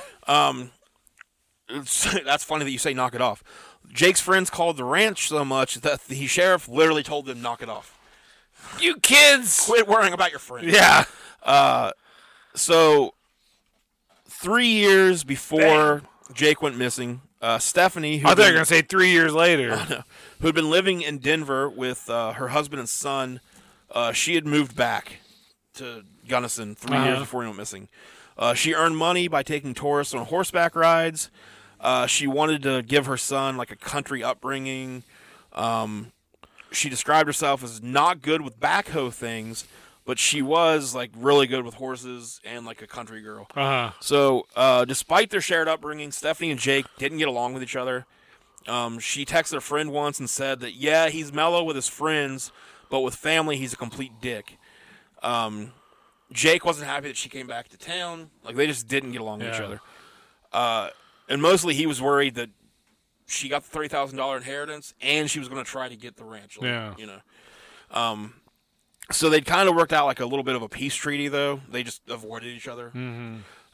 Speaker 3: It's- that's funny that you say knock it off. Jake's friends called the ranch so much that the sheriff literally told them knock it off.
Speaker 2: You kids.
Speaker 3: Quit worrying about your friends.
Speaker 2: Yeah.
Speaker 3: So, three years before Jake went missing, uh, Stephanie, who
Speaker 2: I
Speaker 3: had
Speaker 2: thought you were
Speaker 3: been,
Speaker 2: gonna say three years later.
Speaker 3: who'd been living in Denver with uh, her husband and son, uh, she had moved back to Gunnison 3 years
Speaker 2: Uh-huh.
Speaker 3: before he went missing. Uh, she earned money by taking tourists on horseback rides. Uh, she wanted to give her son like a country upbringing. Um, she described herself as not good with backhoe things, but she was like really good with horses and like a country girl.
Speaker 2: Uh huh.
Speaker 3: So, uh, despite their shared upbringing, Stephanie and Jake didn't get along with each other. Um, she texted a friend once and said that, yeah, he's mellow with his friends, but with family, he's a complete dick. Um, Jake wasn't happy that she came back to town. Like, they just didn't get along with each
Speaker 2: Yeah.
Speaker 3: other. Uh, and mostly, he was worried that she got the $3,000 inheritance and she was going to try to get the ranch. like,
Speaker 2: Yeah.
Speaker 3: You know. Um, so they'd kind of worked out like a little bit of a peace treaty, though. They just avoided each other.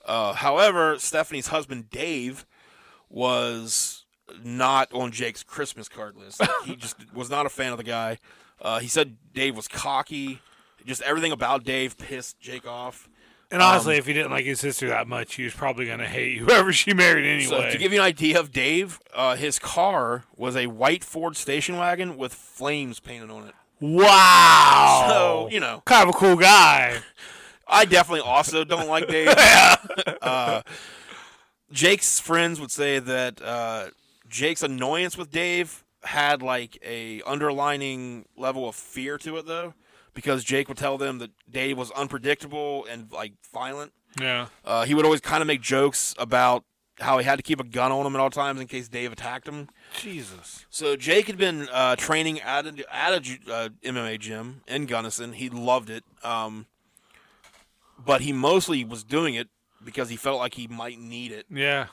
Speaker 3: Uh, however, Stephanie's husband Dave was not on Jake's Christmas card list. Like, he just was not a fan of the guy. Uh, he said Dave was cocky. Just everything about Dave pissed Jake off.
Speaker 2: And honestly, if you didn't like his sister that much, he was probably gonna hate whoever she married anyway.
Speaker 3: So to give you an idea of Dave, uh, his car was a white Ford station wagon with flames painted on it.
Speaker 2: wow.
Speaker 3: So you know,
Speaker 2: kind of a cool guy.
Speaker 3: Oh. I definitely also don't like Dave. uh, Jake's friends would say that uh, Jake's annoyance with Dave had like a underlining level of fear to it, though, because Jake would tell them that Dave was unpredictable and like violent.
Speaker 2: Yeah.
Speaker 3: Uh, he would always kind of make jokes about how he had to keep a gun on him at all times in case Dave attacked him.
Speaker 2: Jesus.
Speaker 3: So Jake had been uh, training at a, at a ju- uh, MMA gym in Gunnison. He loved it, um, but he mostly was doing it because he felt like he might need it.
Speaker 2: Yeah.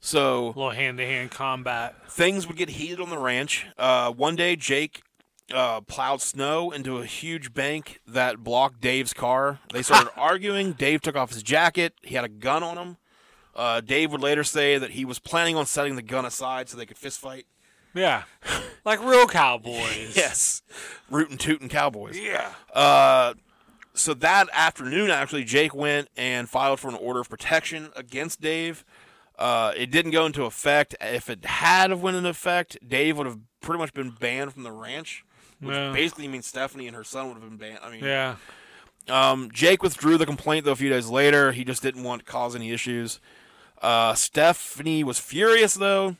Speaker 3: So
Speaker 2: A little hand to hand combat.
Speaker 3: things would get heated on the ranch. Uh, one day, Jake uh, plowed snow into a huge bank that blocked Dave's car. They started arguing. Dave took off his jacket. He had a gun on him. Uh, Dave would later say that he was planning on setting the gun aside so they could fist fight.
Speaker 2: Yeah. Like real cowboys.
Speaker 3: Yes, rootin' tootin' cowboys.
Speaker 2: Yeah.
Speaker 3: Uh, so that afternoon, actually, Jake went and filed for an order of protection against Dave. Uh, it didn't go into effect. If it had have went into effect, Dave would have pretty much been banned from the ranch, which
Speaker 2: Yeah.
Speaker 3: basically means Stephanie and her son would have been banned. I mean,
Speaker 2: Yeah.
Speaker 3: um, Jake withdrew the complaint though a few days later. He just didn't want to cause any issues. Uh, Stephanie was furious though,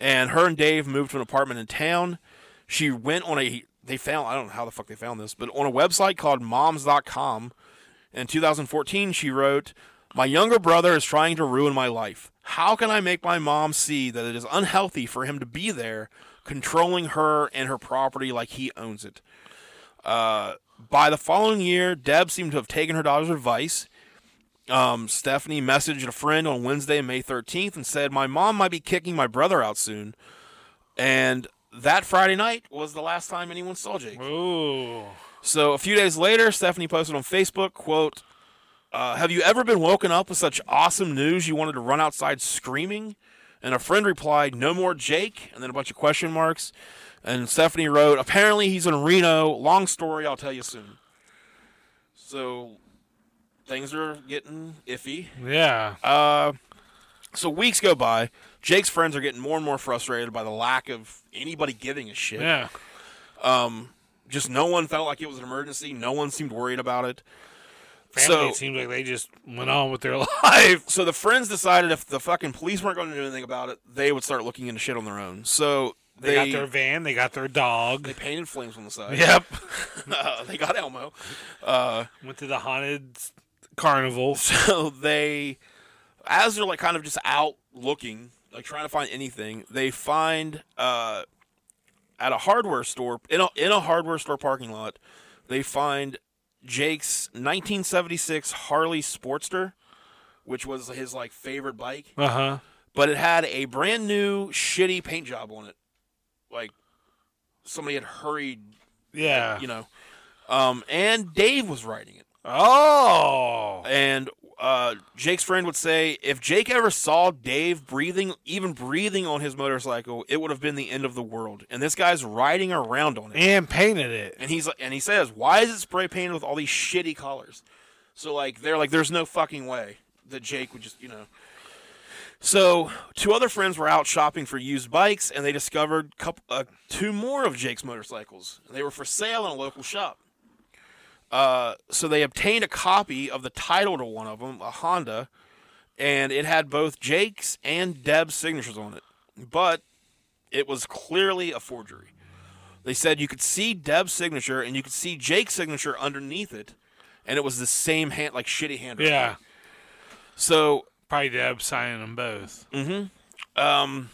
Speaker 3: and her and Dave moved to an apartment in town. She went on a they found I don't know how the fuck they found this, but on a website called moms.com in 2014 she wrote, "My younger brother is trying to ruin my life. How can I make my mom see that it is unhealthy for him to be there controlling her and her property like he owns it?" Uh, by the following year, Deb seemed to have taken her daughter's advice. Um, Stephanie messaged a friend on Wednesday, May 13th, and said, My mom might be kicking my brother out soon. And that Friday night was the last time anyone saw Jake.
Speaker 2: Ooh.
Speaker 3: So a few days later, Stephanie posted on Facebook, quote, uh, have you ever been woken up with such awesome news you wanted to run outside screaming? And a friend replied, no more Jake, and then a bunch of question marks. And Stephanie wrote, apparently he's in Reno. Long story, I'll tell you soon. So things are getting iffy.
Speaker 2: Yeah.
Speaker 3: Uh, so weeks go by. Jake's friends are getting more and more frustrated by the lack of anybody giving a shit
Speaker 2: Yeah.
Speaker 3: just no one felt like it was an emergency. No one seemed worried about it.
Speaker 2: Family
Speaker 3: So-
Speaker 2: it seems like they just went on with their life.
Speaker 3: So the friends decided if the fucking police weren't going to do anything about it, they would start looking into shit on their own. So
Speaker 2: They,
Speaker 3: they
Speaker 2: got their van. They got their dog.
Speaker 3: they painted flames on the side.
Speaker 2: Yep.
Speaker 3: Uh, they got Elmo. Uh,
Speaker 2: Went to the haunted carnival.
Speaker 3: so they, as they're like kind of just out looking, like trying to find anything, they find uh, at a hardware store in a in a hardware store parking lot, they find Jake's 1976 Harley Sportster, which was his like favorite bike.
Speaker 2: Uh huh.
Speaker 3: but it had a brand new shitty paint job on it. Like somebody had hurried,
Speaker 2: Yeah.
Speaker 3: you know. Um, and Dave was writing it.
Speaker 2: Oh.
Speaker 3: And uh, Jake's friend would say if Jake ever saw Dave breathing, even breathing on his motorcycle, it would have been the end of the world. And this guy's riding around on it.
Speaker 2: And painted it.
Speaker 3: And he's and he says, "Why is it spray painted with all these shitty colors?" So like they're like, "There's no fucking way that Jake would just you know." So two other friends were out shopping for used bikes, and they discovered couple, uh, two more of Jake's motorcycles. They were for sale in a local shop. Uh, so they obtained a copy of the title to one of them, a Honda, and it had both Jake's and Deb's signatures on it, but it was clearly a forgery. They said you could see Deb's signature and you could see Jake's signature underneath it, and it was the same hand, like shitty handwriting.
Speaker 2: Yeah.
Speaker 3: So,
Speaker 2: Probably Deb signing them both.
Speaker 3: Mm. um,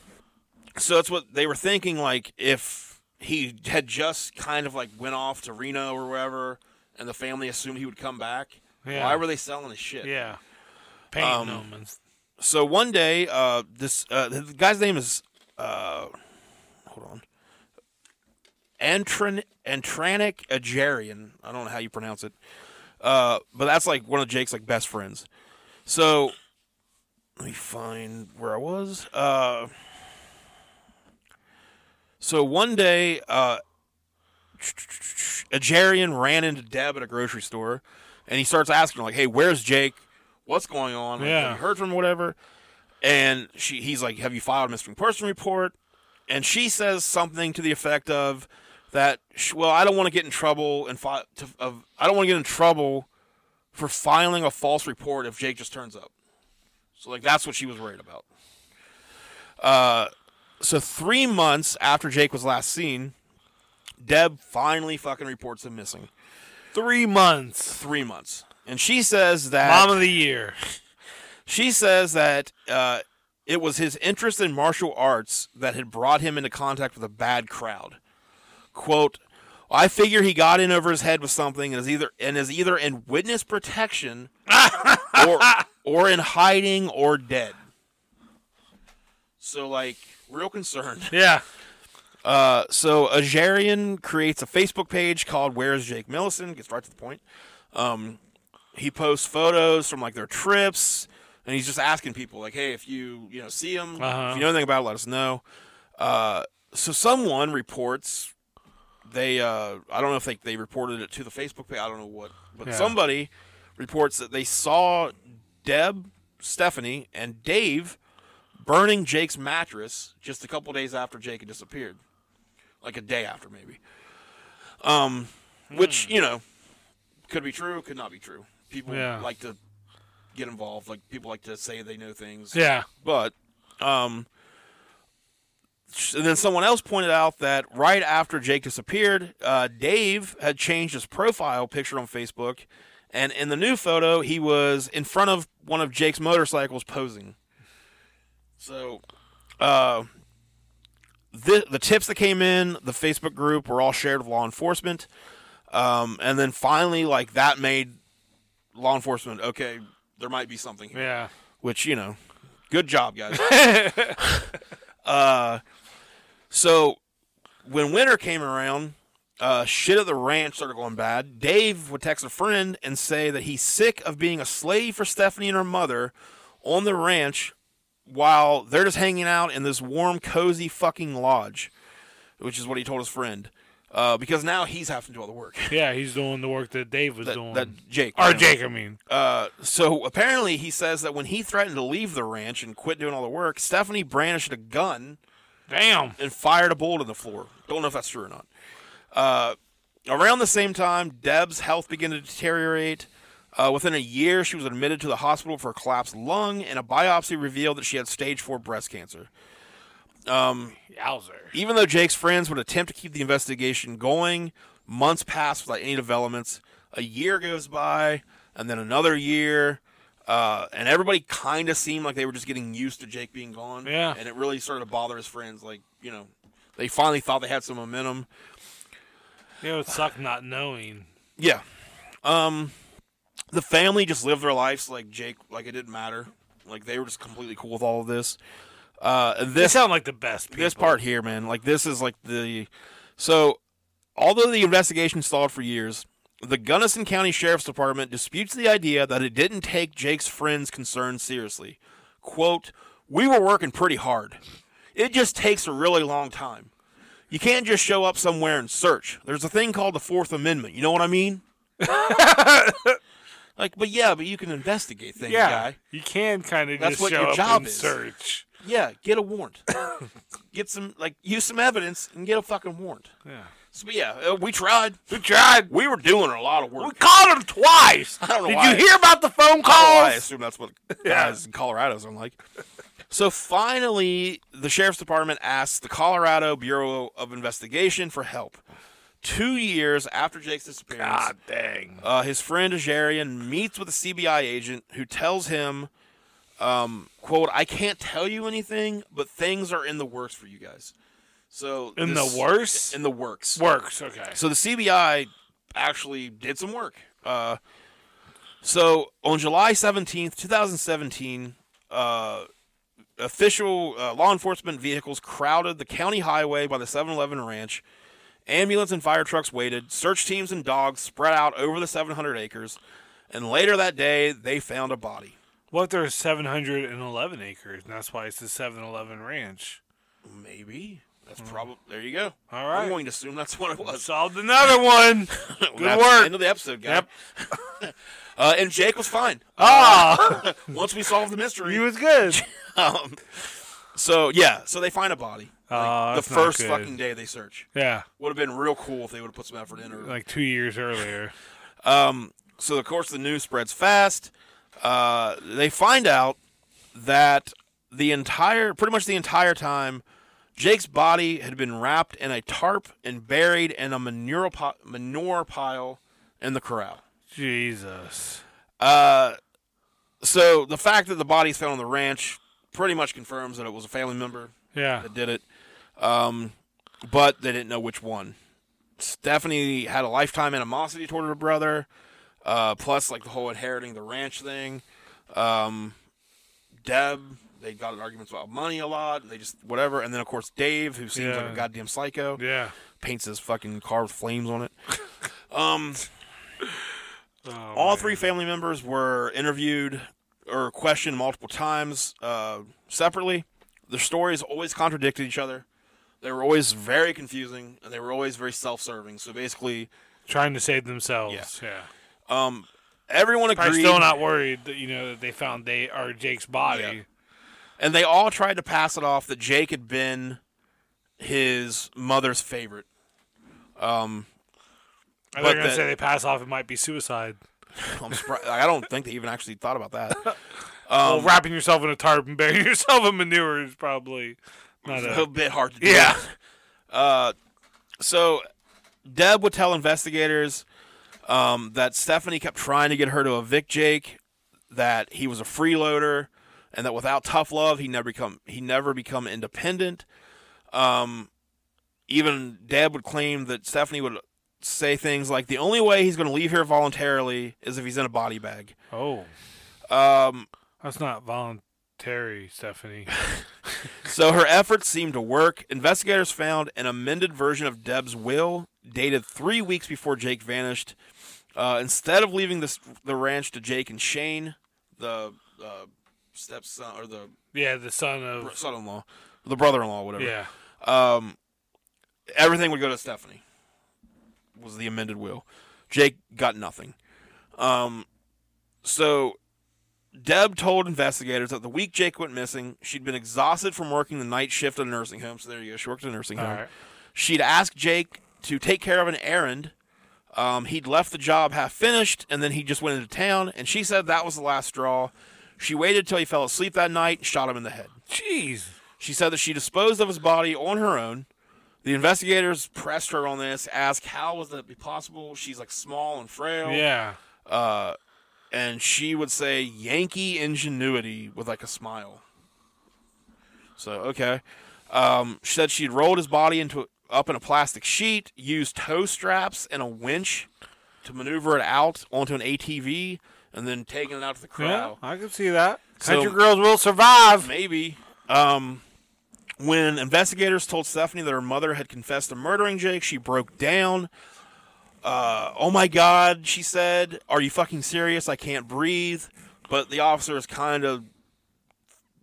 Speaker 3: so that's what they were thinking. Like, if he had just kind of like went off to Reno or wherever, and the family assumed he would come back,
Speaker 2: Yeah.
Speaker 3: why were they selling his shit?
Speaker 2: Yeah. Painting
Speaker 3: Um,
Speaker 2: them. And,
Speaker 3: So one day, uh, this uh, the guy's name is uh, hold on, Antran Antranic Agerian. I don't know how you pronounce it, uh, but that's like one of Jake's like best friends. So let me find where I was. Uh, so one day, uh, Agerian ran into Deb at a grocery store, and he starts asking like, "Hey, where's Jake? What's going on? Like,
Speaker 2: Yeah.
Speaker 3: have you heard from him, whatever?" And she, he's like, "Have you filed a missing person report?" And she says something to the effect of that, sh- "Well, I don't want to get in trouble and fi- to, of, I don't want to get in trouble for filing a false report if Jake just turns up." So like that's what she was worried about. Uh, so three months after Jake was last seen, Deb finally fucking reports him missing.
Speaker 2: three months.
Speaker 3: Three months, and she says that
Speaker 2: Mom of the year.
Speaker 3: she says that uh, it was his interest in martial arts that had brought him into contact with a bad crowd. Quote. I figure he got in over his head with something and is either and is either in witness protection or or in hiding or dead. So like real concerned.
Speaker 2: Yeah.
Speaker 3: Uh, so Ajarian creates a Facebook page called "Where's Jake Millison?" Gets right to the point. Um, he posts photos from like their trips, and he's just asking people like, "Hey, if you you know see him,
Speaker 2: Uh-huh.
Speaker 3: if you know anything about, it, let us know." Uh, so someone reports they uh, I don't know if they they reported it to the Facebook page. I don't know what, but
Speaker 2: Yeah.
Speaker 3: somebody reports that they saw Deb, Stephanie, and Dave burning Jake's mattress just a couple days after Jake had disappeared, like a day after maybe. Um, which
Speaker 2: Hmm.
Speaker 3: you know could be true, could not be true. People
Speaker 2: Yeah.
Speaker 3: like to get involved. Like people like to say they know things.
Speaker 2: Yeah.
Speaker 3: But, um, and then someone else pointed out that right after Jake disappeared, uh, Dave had changed his profile picture on Facebook, and in the new photo, he was in front of one of Jake's motorcycles posing. So, uh, the the tips that came in the Facebook group were all shared with law enforcement, um, and then finally, like that made law enforcement okay. there might be something here.
Speaker 2: Yeah.
Speaker 3: Which you know, good job, guys. uh, so when winter came around, uh, shit at the ranch started going bad. Dave would text a friend and say that he's sick of being a slave for Stephanie and her mother on the ranch while they're just hanging out in this warm, cozy fucking lodge, which is what he told his friend. Uh, because now he's having to do all the work
Speaker 2: Yeah, he's doing the work that Dave was
Speaker 3: that,
Speaker 2: doing.
Speaker 3: that Jake
Speaker 2: or
Speaker 3: ran with.
Speaker 2: Jake, I mean.
Speaker 3: Uh, so apparently, he says that when he threatened to leave the ranch and quit doing all the work, Stephanie brandished a gun
Speaker 2: Damn.
Speaker 3: and fired a bullet in the floor. Don't know if that's true or not. Uh, around the same time, Deb's health began to deteriorate. Uh, within a year, she was admitted to the hospital for a collapsed lung, and a biopsy revealed that she had stage four breast cancer.
Speaker 2: Yowzer.
Speaker 3: Even though Jake's friends would attempt to keep the investigation going, months pass without any developments. A year goes by, and then another year, uh, and everybody kind of seemed like they were just getting used to Jake being gone.
Speaker 2: Yeah.
Speaker 3: and it really started to bother his friends. Like you know, they finally thought they had some momentum.
Speaker 2: It would suck not knowing.
Speaker 3: Yeah, um, the family just lived their lives like Jake, like it didn't matter. Like they were just completely cool with all of this. Uh,
Speaker 2: They
Speaker 3: this
Speaker 2: sound like the best people.
Speaker 3: this part here, man. Like this is like the so although the investigation stalled for years, the Gunnison County Sheriff's Department disputes the idea that it didn't take Jake's friends' concerns seriously. Quote, We were working pretty hard. It just takes a really long time. You can't just show up somewhere and search. There's a thing called the Fourth Amendment. You know what I mean? like, but yeah, but you can investigate things,
Speaker 2: Yeah.
Speaker 3: guy.
Speaker 2: You can kind of
Speaker 3: That's
Speaker 2: just
Speaker 3: what
Speaker 2: show
Speaker 3: your
Speaker 2: up
Speaker 3: job
Speaker 2: and
Speaker 3: is.
Speaker 2: search.
Speaker 3: Yeah, get a warrant. get some like use some evidence and get a fucking warrant.
Speaker 2: Yeah.
Speaker 3: So but yeah, uh, we tried.
Speaker 2: We tried.
Speaker 3: We were doing a lot of work.
Speaker 2: We called him twice. I
Speaker 3: don't know
Speaker 2: Did
Speaker 3: why.
Speaker 2: you hear about the phone
Speaker 3: Oh, I
Speaker 2: calls?
Speaker 3: assume that's what guys in Colorado's are like. So finally, the sheriff's department asked the Colorado Bureau of Investigation for help. Two years after Jake's disappearance,
Speaker 2: God dang.
Speaker 3: uh, his friend Ajarian meets with a CBI agent who tells him, um, "quote I can't tell you anything, but things are in the works for you guys." So
Speaker 2: In
Speaker 3: this-
Speaker 2: the worst?
Speaker 3: in the works.
Speaker 2: Works. Okay.
Speaker 3: So the CBI actually did some work. Uh, so on July 17th, 2017, uh, official uh, law enforcement vehicles crowded the county highway by the 7 Eleven ranch. Ambulance and fire trucks waited. Search teams and dogs spread out over the 700 acres. And later that day, they found a body.
Speaker 2: What if there's 711 acres, and that's why it's the 711 ranch?
Speaker 3: Maybe. That's probably. There you go.
Speaker 2: Hmm. All right.
Speaker 3: I'm going to assume that's what it was.
Speaker 2: Solved another one.
Speaker 3: Good
Speaker 2: work.
Speaker 3: End of the episode, guys.
Speaker 2: Yep.
Speaker 3: uh, and Jake was fine.
Speaker 2: Ah,
Speaker 3: Once we solved the mystery,
Speaker 2: he was good.
Speaker 3: Um, so yeah, so they find a body.
Speaker 2: Aw,
Speaker 3: the
Speaker 2: Ah, that's not
Speaker 3: first
Speaker 2: good.
Speaker 3: fucking day they search.
Speaker 2: Yeah,
Speaker 3: Would have been real cool if they would have put some effort in. Or,
Speaker 2: like two years earlier.
Speaker 3: um, so of course the news spreads fast. Uh, they find out that the entire, pretty much the entire time, Jake's body had been wrapped in a tarp and buried in a manure, pi- manure pile in the corral.
Speaker 2: Jesus.
Speaker 3: Uh, so the fact that the body's found on the ranch pretty much confirms that it was a family member
Speaker 2: Yeah.
Speaker 3: that did it. Um, but they didn't know which one. Stephanie had a lifetime animosity toward her brother, uh, plus like the whole inheriting the ranch thing. Um, Deb, they got in arguments about money a lot. They just whatever, and then of course Dave, who seems like
Speaker 2: Yeah.
Speaker 3: a goddamn psycho,
Speaker 2: Yeah.
Speaker 3: paints his fucking car with flames on it. um,
Speaker 2: Oh,
Speaker 3: all
Speaker 2: man.
Speaker 3: three family members were interviewed or questioned multiple times uh, separately. Their stories always contradicted each other. They were always very confusing, and they were always very self-serving. So basically,
Speaker 2: trying to save themselves. Yeah.
Speaker 3: um, everyone
Speaker 2: Probably
Speaker 3: agreed,
Speaker 2: still not worried that you know that they found they or Jake's body.
Speaker 3: and they all tried to pass it off that Jake had been his mother's favorite. Um, But
Speaker 2: Are they gonna
Speaker 3: that-
Speaker 2: say they pass off it might be suicide?
Speaker 3: I'm surprised. I don't think they even actually thought about that. Um,
Speaker 2: well, wrapping yourself in a tarp and burying yourself in manure is probably not
Speaker 3: a
Speaker 2: a
Speaker 3: bit hard to do.
Speaker 2: yeah.
Speaker 3: Uh, so Deb would tell investigators um, that Stephanie kept trying to get her to evict Jake, that he was a freeloader, and that without tough love, he never become he never become independent. Um, even Deb would claim that Stephanie would say things like, "The only way he's going to leave here voluntarily is if he's in a body bag."
Speaker 2: Oh,
Speaker 3: Um,
Speaker 2: That's not voluntary, Stephanie.
Speaker 3: so her efforts seemed to work. Investigators found an amended version of Deb's will dated three weeks before Jake vanished. Uh, instead of leaving the, the ranch to Jake and Shane, the uh, stepson or the
Speaker 2: yeah, the son of.
Speaker 3: son-in-law, the brother-in-law, whatever.
Speaker 2: Yeah.
Speaker 3: Um, everything would go to Stephanie. Was the amended will. Jake got nothing. Um, so Deb told investigators that the week Jake went missing, she'd been exhausted from working the night shift at a nursing home. So there you go. She worked at a nursing
Speaker 2: All
Speaker 3: home.
Speaker 2: right.
Speaker 3: She'd asked Jake to take care of an errand. Um, he'd left the job half finished, and then he just went into town. And she said that was the last straw. She waited till he fell asleep that night and shot him in the head.
Speaker 2: Jeez.
Speaker 3: She said that she disposed of his body on her own. The investigators pressed her on this, asked how was that be possible? She's like small and frail.
Speaker 2: Yeah.
Speaker 3: Uh, and she would say Yankee ingenuity with like a smile. So okay. Um, she said she'd rolled his body into up in a plastic sheet, used tow straps and a winch to maneuver it out onto an ATV, and then taking it out to the
Speaker 2: Yeah,
Speaker 3: corral.
Speaker 2: I can see that.
Speaker 3: So-
Speaker 2: Country girls will survive.
Speaker 3: Maybe. Um, when investigators told Stephanie that her mother had confessed to murdering Jake, she broke down. Uh, oh my God, she said. Are you fucking serious? I can't breathe. But the officers kind of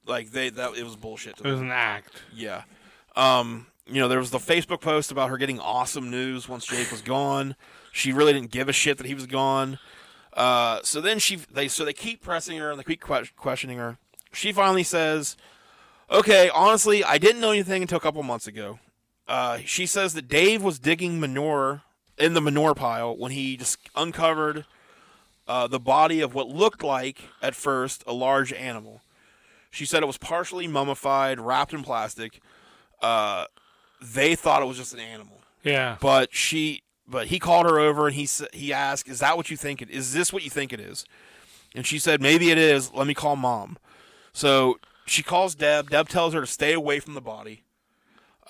Speaker 3: like they that it was bullshit. To
Speaker 2: It
Speaker 3: them.
Speaker 2: was an act.
Speaker 3: Yeah. Um, you know, there was the Facebook post about her getting awesome news once Jake was gone. She really didn't give a shit that he was gone. Uh, so then she they so they keep pressing her and they keep que- questioning her. She finally says, "Okay, honestly, I didn't know anything until a couple months ago." Uh, she says that Dave was digging manure in the manure pile when he just uncovered uh, the body of what looked like at first a large animal. She said it was partially mummified, wrapped in plastic. Uh, they thought it was just an animal,
Speaker 2: Yeah.
Speaker 3: but she, but he called her over and he s- he asked, "Is that what you think it is? This what you think it is?" And she said, "Maybe it is. Let me call mom." So she calls Deb. Deb tells her to stay away from the body,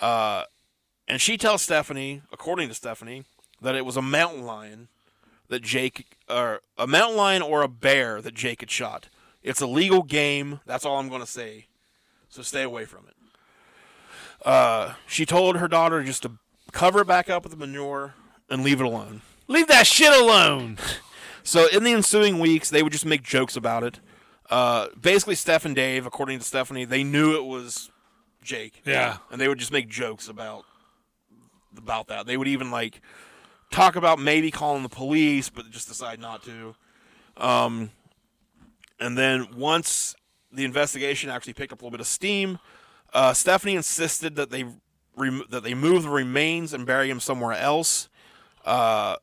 Speaker 3: uh, and she tells Stephanie, according to Stephanie, that it was a mountain lion that Jake, or a mountain lion or a bear that Jake had shot. It's a legal game. That's all I'm going to say. So stay away from it. Uh, she told her daughter just to cover it back up with the manure and leave it alone.
Speaker 2: Leave that shit alone.
Speaker 3: So in the ensuing weeks, they would just make jokes about it. Uh, basically, Steph and Dave, according to Stephanie, they knew it was Jake.
Speaker 2: Yeah.
Speaker 3: and they would just make jokes about about that. They would even like talk about maybe calling the police, but just decide not to. Um, and then once the investigation actually picked up a little bit of steam, uh, Stephanie insisted that they rem- that they move the remains and bury him somewhere else. Uh,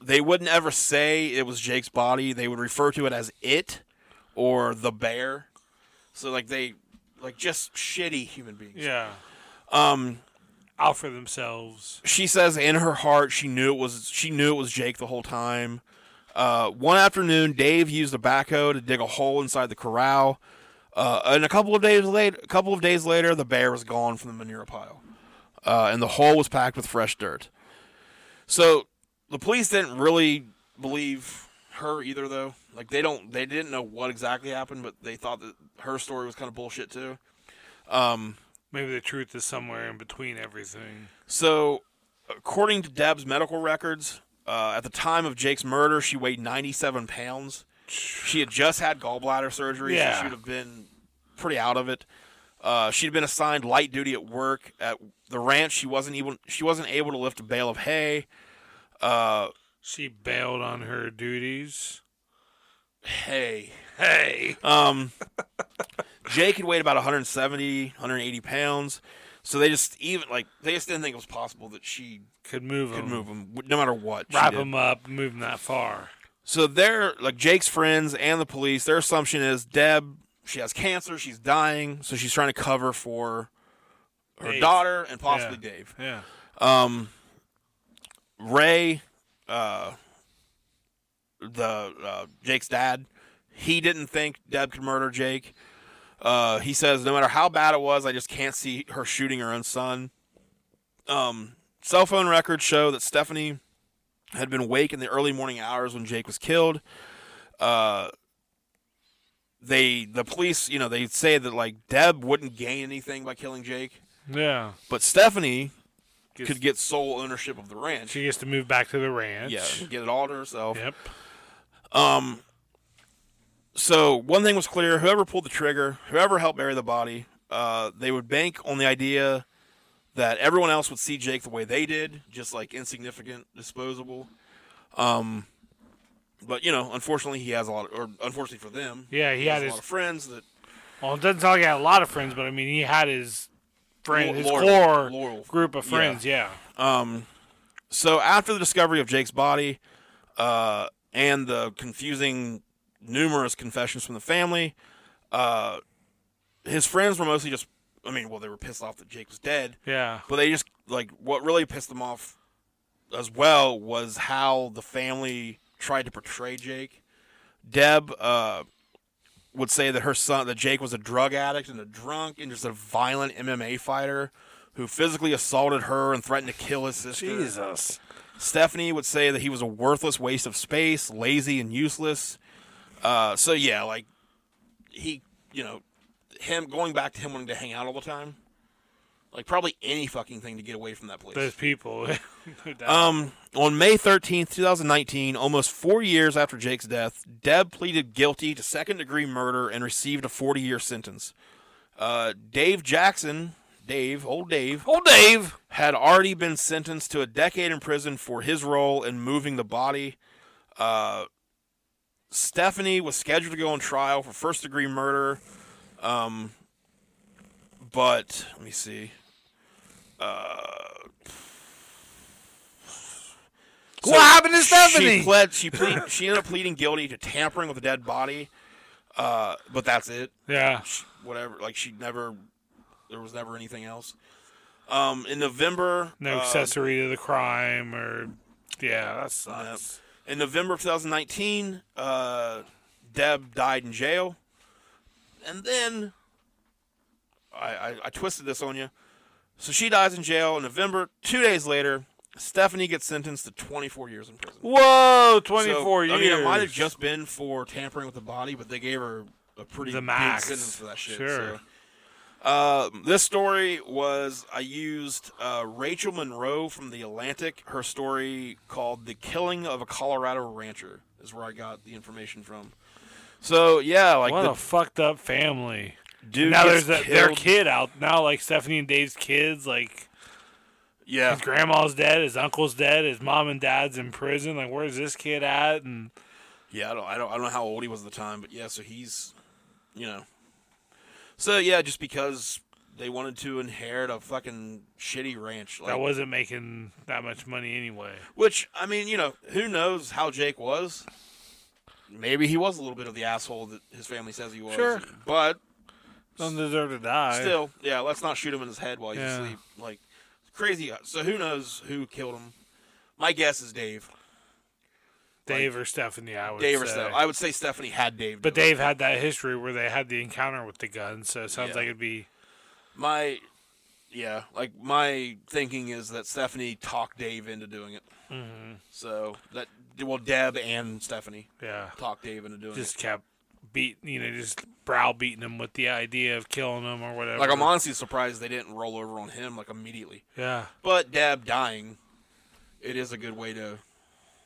Speaker 3: they wouldn't ever say it was Jake's body. They would refer to it as it or the bear. So like they like just shitty human beings.
Speaker 2: Yeah.
Speaker 3: Um
Speaker 2: Out for themselves.
Speaker 3: she says in her heart she knew it was she knew it was Jake the whole time. Uh, one afternoon, Dave used a backhoe to dig a hole inside the corral, uh, and a couple of days later, a couple of days later, the bear was gone from the manure pile, uh, and the hole was packed with fresh dirt. So the police didn't really believe her either, though. Like they don't, they didn't know what exactly happened, but they thought that her story was kind of bullshit too. Um,
Speaker 2: Maybe the truth is somewhere in between everything.
Speaker 3: so, according to Deb's medical records, uh, at the time of Jake's murder, she weighed 97 pounds. She had just had gallbladder surgery, so
Speaker 2: Yeah.
Speaker 3: she would have been pretty out of it. Uh, she'd been assigned light duty at work at the ranch. She wasn't even she wasn't able to lift a bale of hay. Uh,
Speaker 2: She bailed on her duties.
Speaker 3: hay.
Speaker 2: Hey.
Speaker 3: Um, Jake had weighed about 170, 180 pounds. So they just even like they just didn't think it was possible that she
Speaker 2: Could move
Speaker 3: could
Speaker 2: him.
Speaker 3: move him, no matter what. she
Speaker 2: Wrap
Speaker 3: did.
Speaker 2: him up, move him that far.
Speaker 3: So they're like Jake's friends and the police. Their assumption is Deb, she has cancer, she's dying, so she's trying to cover for her
Speaker 2: Dave.
Speaker 3: daughter and possibly
Speaker 2: Yeah.
Speaker 3: Dave.
Speaker 2: Yeah.
Speaker 3: Um, Ray, uh, the uh, Jake's dad, he didn't think Deb could murder Jake. Uh, he says, no matter how bad it was, I just can't see her shooting her own son. Um, cell phone records show that Stephanie had been awake in the early morning hours when Jake was killed. Uh, they the police, you know, they say that like Deb wouldn't gain anything by killing Jake,
Speaker 2: Yeah.
Speaker 3: but Stephanie
Speaker 2: Gets-
Speaker 3: could get sole ownership of the ranch.
Speaker 2: She gets to move back to the ranch.
Speaker 3: Yeah, get it all to herself.
Speaker 2: Yep.
Speaker 3: Um. So one thing was clear: whoever pulled the trigger, whoever helped bury the body, uh, they would bank on the idea that everyone else would see Jake the way they did, just like insignificant, disposable. Um, but you know, unfortunately, he has a lot, of, or unfortunately for them,
Speaker 2: Yeah, he had
Speaker 3: has a
Speaker 2: his-
Speaker 3: lot of friends that
Speaker 2: Well, it doesn't sound like he had a lot of friends, but I mean, he had his friend,
Speaker 3: Lo-
Speaker 2: his
Speaker 3: loyal-
Speaker 2: core
Speaker 3: loyal-
Speaker 2: group of friends. Yeah.
Speaker 3: So after the discovery of Jake's body, uh, and the confusing, numerous confessions from the family, uh, his friends were mostly just. I mean, well, they were pissed off that Jake was dead,
Speaker 2: Yeah.
Speaker 3: but they just like what really pissed them off as well was how the family tried to portray Jake. Deb uh, would say that her son, that Jake was a drug addict and a drunk and just a violent MMA fighter who physically assaulted her and threatened to kill his sister.
Speaker 2: Jesus.
Speaker 3: Stephanie would say that he was a worthless waste of space, lazy and useless. Uh, so yeah, like he, you know, him going back to him wanting to hang out all the time, like probably any fucking thing to get away from that place.
Speaker 2: Those people. no doubt.
Speaker 3: Um, on May 13th, 2019, almost four years after Jake's death, Deb pleaded guilty to second degree murder and received a 40 year sentence. Uh, Dave Jackson, Dave, old Dave,
Speaker 4: Oh, Dave.
Speaker 3: had already been sentenced to a decade in prison for his role in moving the body. Uh, Stephanie was scheduled to go on trial for first degree murder. Um, but let me see. Uh,
Speaker 4: what happened to
Speaker 3: She
Speaker 4: Stephanie?
Speaker 3: pled. She plead, She ended up pleading guilty to tampering with a dead body. Uh, but that's it
Speaker 2: yeah.
Speaker 3: sh- whatever. Like she never, there was never anything else. Um, in November,
Speaker 2: No
Speaker 3: uh,
Speaker 2: accessory to the crime or. Yeah, that sucks.
Speaker 3: in November of 2019, uh, Deb died in jail, and then I, I, I twisted this on you. So she dies in jail in November. Two days later, Stephanie gets sentenced to 24 years in prison.
Speaker 2: Whoa,
Speaker 3: So,
Speaker 2: 24
Speaker 3: I
Speaker 2: years.
Speaker 3: mean, it might have just been for tampering with the body, but they gave her a pretty
Speaker 2: The
Speaker 3: big
Speaker 2: max.
Speaker 3: sentence for that shit.
Speaker 2: Sure.
Speaker 3: So. Uh, this story was I used uh, Rachel Monroe from the Atlantic. Her story called "The Killing of a Colorado Rancher" is where I got the information from. So yeah, like
Speaker 2: What
Speaker 3: the
Speaker 2: a fucked up family.
Speaker 3: dude
Speaker 2: now
Speaker 3: gets
Speaker 2: there's a, their
Speaker 3: killed.
Speaker 2: kid out. Now, like Stephanie and Dave's kids, like
Speaker 3: yeah,
Speaker 2: his grandma's dead, his uncle's dead, his mom and dad's in prison. Like, where's this kid at? And
Speaker 3: Yeah, I don't, I don't, I don't know how old he was at the time, but yeah, so he's, you know, so yeah, just because they wanted to inherit a fucking shitty ranch, like,
Speaker 2: that wasn't making that much money anyway.
Speaker 3: which I mean, you know, who knows how Jake was? Maybe he was a little bit of the asshole that his family says he was.
Speaker 2: Sure.
Speaker 3: but
Speaker 2: Doesn't deserve to die.
Speaker 3: still, yeah, let's not shoot him in his head while he's
Speaker 2: Yeah.
Speaker 3: asleep. Like crazy. So who knows who killed him? My guess is Dave.
Speaker 2: Dave or Stephanie, I would
Speaker 3: Dave
Speaker 2: say.
Speaker 3: or Steph. I would say Stephanie had Dave.
Speaker 2: but
Speaker 3: do it.
Speaker 2: Dave had that history where they had the encounter with the gun, so it sounds
Speaker 3: Yeah.
Speaker 2: like it'd be
Speaker 3: My, yeah, like my thinking is that Stephanie talked Dave into doing it.
Speaker 2: Mm-hmm.
Speaker 3: So that well, Deb and Stephanie
Speaker 2: yeah,
Speaker 3: talked Dave into doing
Speaker 2: just kept beating, you know, just browbeating him with the idea of killing him or
Speaker 3: it.
Speaker 2: whatever.
Speaker 3: Like I'm honestly surprised they didn't roll over on him like immediately.
Speaker 2: Yeah,
Speaker 3: But Deb dying, it is a good way to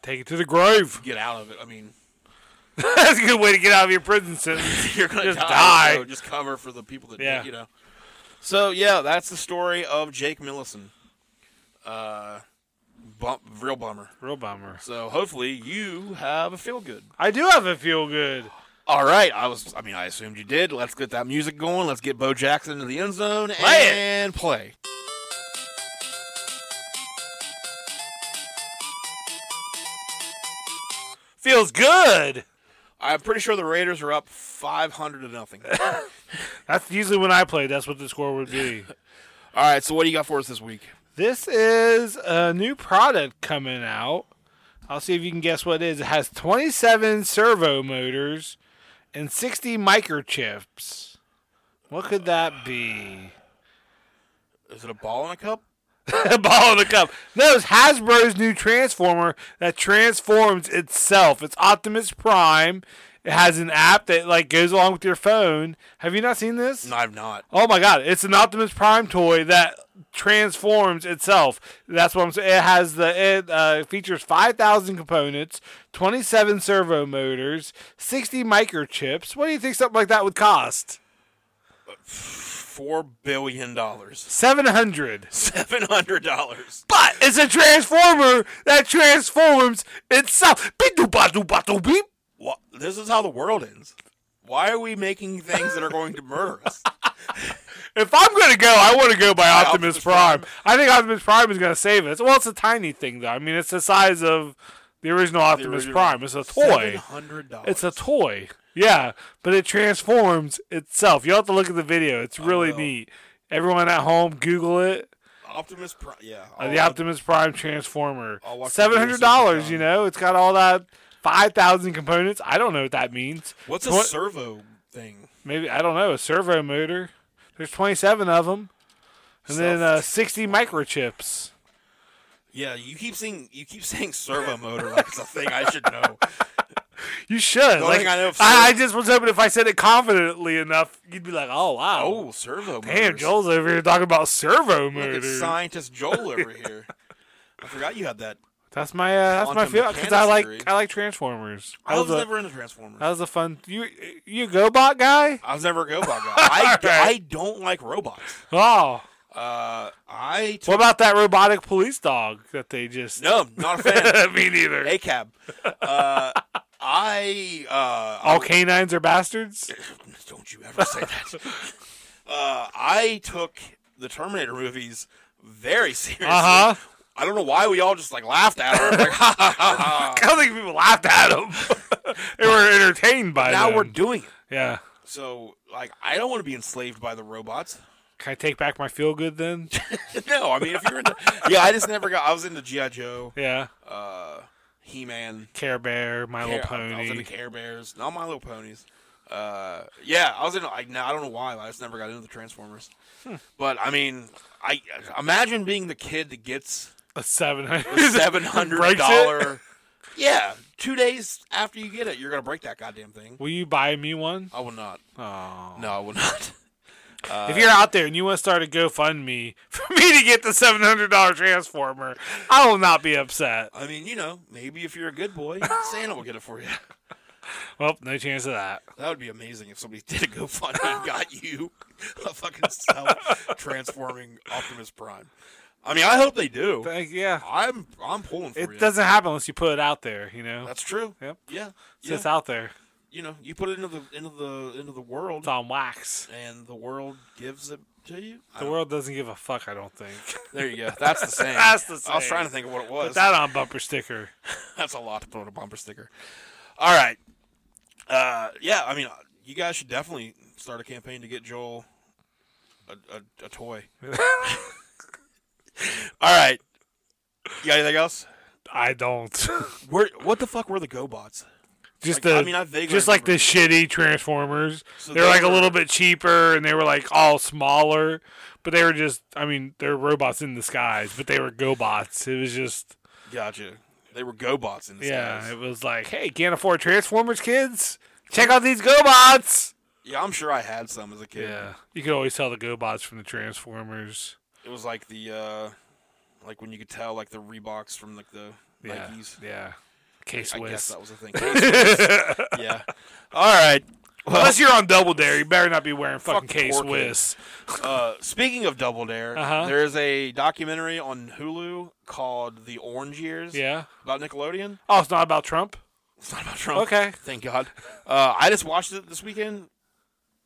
Speaker 2: take it to the grave.
Speaker 3: get out of it. I mean,
Speaker 2: That's a good way to get out of your prison sentence.
Speaker 3: you're gonna
Speaker 2: Just
Speaker 3: die,
Speaker 2: die.
Speaker 3: so just cover for the people that
Speaker 2: Yeah.
Speaker 3: you know. So yeah, that's the story of Jake Millison. Uh, bump, real bummer.
Speaker 2: Real bummer.
Speaker 3: So hopefully you have a feel good.
Speaker 2: I do have a feel good.
Speaker 3: All right, I was. I mean, I assumed you did. Let's get that music going. Let's get Bo Jackson into the end zone
Speaker 4: it.
Speaker 3: and play.
Speaker 2: Feels good.
Speaker 3: I'm pretty sure the Raiders are up 500 to nothing. All
Speaker 2: That's usually when I play. That's what the score would be.
Speaker 3: right, so what do you got for us this week?
Speaker 2: This is a new product coming out. I'll see if you can guess what it is. It has 27 servo motors and 60 microchips. What could that be?
Speaker 3: Is it a ball in a cup?
Speaker 2: a ball in a cup. No, it's Hasbro's new transformer that transforms itself. It's Optimus Prime. It has an app that like goes along with your phone. Have you not seen this?
Speaker 3: No, I've not.
Speaker 2: Oh my god, it's an Optimus Prime toy that transforms itself. That's what I'm saying. It has the it uh, features 5,000 components, 27 servo motors, 60 microchips. What do you think something like that would cost?
Speaker 3: Four billion dollars,
Speaker 2: 700.
Speaker 3: seven hundred dollars.
Speaker 2: But it's a transformer that transforms itself. Beep doo ba doo ba doo beep.
Speaker 3: Wha This is how the world ends. Why are we making things that are going to murder us?
Speaker 2: If I'm gonna go, I want to go by Optimus,
Speaker 3: Optimus
Speaker 2: Prime.
Speaker 3: Prime.
Speaker 2: I think Optimus Prime is gonna save us. Well, it's a tiny thing though. I mean, it's the size of the original Optimus
Speaker 3: original.
Speaker 2: Prime. It's a
Speaker 3: Seven
Speaker 2: toy.
Speaker 3: hundred dollars.
Speaker 2: It's a toy. Yeah, but it transforms itself. You will have to look at the video. It's really
Speaker 3: will.
Speaker 2: neat. Everyone at home, Google it.
Speaker 3: Optimus Prime. Yeah.
Speaker 2: Uh,
Speaker 3: I'll-
Speaker 2: the Optimus Prime Transformer.
Speaker 3: I'll watch the
Speaker 2: Seven
Speaker 3: video
Speaker 2: hundred dollars.
Speaker 3: sometime.
Speaker 2: You know, it's got all that five thousand components. I don't know what that means.
Speaker 3: What's a
Speaker 2: Twen-
Speaker 3: servo thing?
Speaker 2: maybe I don't know a servo motor. There's 27 of them, and then uh, 60 microchips.
Speaker 3: Yeah, you keep saying you keep saying servo motor like it's a thing I should know.
Speaker 2: You should.
Speaker 3: only
Speaker 2: Like,
Speaker 3: thing I know
Speaker 2: I,
Speaker 3: of
Speaker 2: I,
Speaker 3: servo-
Speaker 2: just was hoping if I said it confidently enough, you'd be like, "Oh wow,
Speaker 3: Oh, servo motor.
Speaker 2: damn, Joel's over here talking about servo
Speaker 3: Look at
Speaker 2: motors."
Speaker 3: scientist Joel over here. I forgot you had that.
Speaker 2: That's my uh, that's my
Speaker 3: Quantum
Speaker 2: feel because I
Speaker 3: mechanics
Speaker 2: like
Speaker 3: theory.
Speaker 2: I like Transformers. That
Speaker 3: I was
Speaker 2: was, a,
Speaker 3: never into Transformers.
Speaker 2: that was a fun. You you GoBot guy?
Speaker 3: I was never a GoBot guy. I, I don't like robots.
Speaker 2: Oh,
Speaker 3: Uh, I t-
Speaker 2: what about that robotic police dog that they just?
Speaker 3: no, not a fan.
Speaker 2: me neither.
Speaker 3: ACAB. Uh, I uh,
Speaker 2: All canines are bastards.
Speaker 3: Don't you ever say that. uh, I took the Terminator movies very seriously.
Speaker 2: Uh huh.
Speaker 3: I don't know why we all just like laughed at her. Like, ha, ha, ha, ha.
Speaker 2: I don't think people laughed at them. they were entertained by
Speaker 3: Now
Speaker 2: them.
Speaker 3: we're doing it.
Speaker 2: yeah.
Speaker 3: So, like, I don't want to be enslaved by the robots.
Speaker 2: Can I take back my feel good then?
Speaker 3: no, I mean, if you're into, yeah, I just never got. I was into GI Joe,
Speaker 2: yeah.
Speaker 3: uh, He Man,
Speaker 2: Care Bear, My Little
Speaker 3: I was into
Speaker 2: Pony.
Speaker 3: Care Bears, not My Little Ponies. Uh, yeah, I was into. Like, no, I don't know why. but I just never got into the Transformers.
Speaker 2: Hmm.
Speaker 3: But I mean, I imagine being the kid that gets
Speaker 2: A seven hundred.
Speaker 3: seven hundred
Speaker 2: Breaks
Speaker 3: dollar. Yeah, two days after you get it, you're gonna break that goddamn thing.
Speaker 2: Will you buy me one?
Speaker 3: I will not.
Speaker 2: Oh.
Speaker 3: No, I will not. Uh,
Speaker 2: if you're out there and you want to start a GoFundMe for me to get the seven hundred dollar transformer, I will not be upset.
Speaker 3: I mean, you know, maybe if you're a good boy, Santa will get it for you.
Speaker 2: Well, no chance of that.
Speaker 3: That would be amazing if somebody did a GoFundMe and got you a fucking self transforming Optimus Prime. I mean, I hope they do.
Speaker 2: Thank- yeah.
Speaker 3: I'm I'm pulling for
Speaker 2: It
Speaker 3: you.
Speaker 2: doesn't happen unless you put it out there, you know.
Speaker 3: That's true.
Speaker 2: Yep.
Speaker 3: Yeah.
Speaker 2: So It's
Speaker 3: yeah.
Speaker 2: out there.
Speaker 3: You know, you put it into the into the into the world,
Speaker 2: It's on wax.
Speaker 3: and the world gives it to you. I
Speaker 2: The
Speaker 3: don't-
Speaker 2: world doesn't give a fuck, I don't think.
Speaker 3: There you go. That's the same.
Speaker 2: That's
Speaker 3: I
Speaker 2: the
Speaker 3: was
Speaker 2: saying.
Speaker 3: trying to think of what it was.
Speaker 2: Put that on bumper sticker.
Speaker 3: That's a lot to put on a bumper sticker. All right. Uh, yeah, I mean, you guys should definitely start a campaign to get Joel a, a, a toy. All right. You got anything else?
Speaker 2: I don't.
Speaker 3: Where, what the fuck were the GoBots?
Speaker 2: just
Speaker 3: Like,
Speaker 2: the
Speaker 3: I mean, I vaguely
Speaker 2: just like the
Speaker 3: remember.
Speaker 2: shitty Transformers.
Speaker 3: So
Speaker 2: they were
Speaker 3: they
Speaker 2: like a
Speaker 3: were-
Speaker 2: little bit cheaper, and they were like all smaller. But they were just, I mean, they're robots in disguise, but they were GoBots. It was just,
Speaker 3: Gotcha. They were GoBots in this
Speaker 2: yeah,
Speaker 3: guise.
Speaker 2: it was like, hey, can't afford Transformers, kids? Check out these GoBots.
Speaker 3: Yeah, I'm sure I had some as a kid.
Speaker 2: Yeah, you could always tell the GoBots from the Transformers.
Speaker 3: It was like the, uh, like when you could tell, like the Reeboks from like the
Speaker 2: Yeah,
Speaker 3: Nikes.
Speaker 2: yeah.
Speaker 3: I
Speaker 2: Case
Speaker 3: guess
Speaker 2: West.
Speaker 3: that was a thing. yeah. All right. Well,
Speaker 2: Unless you're on Double Dare, you better not be wearing fucking
Speaker 3: Fuck
Speaker 2: Case
Speaker 3: poor kids.
Speaker 2: West.
Speaker 3: Uh, speaking of Double Dare,
Speaker 2: Uh-huh.
Speaker 3: there is a documentary on Hulu called The Orange Years
Speaker 2: Yeah.
Speaker 3: about Nickelodeon.
Speaker 2: Oh, it's not about Trump.
Speaker 3: It's not about Trump.
Speaker 2: Okay.
Speaker 3: Thank God. Uh, I just watched it this weekend.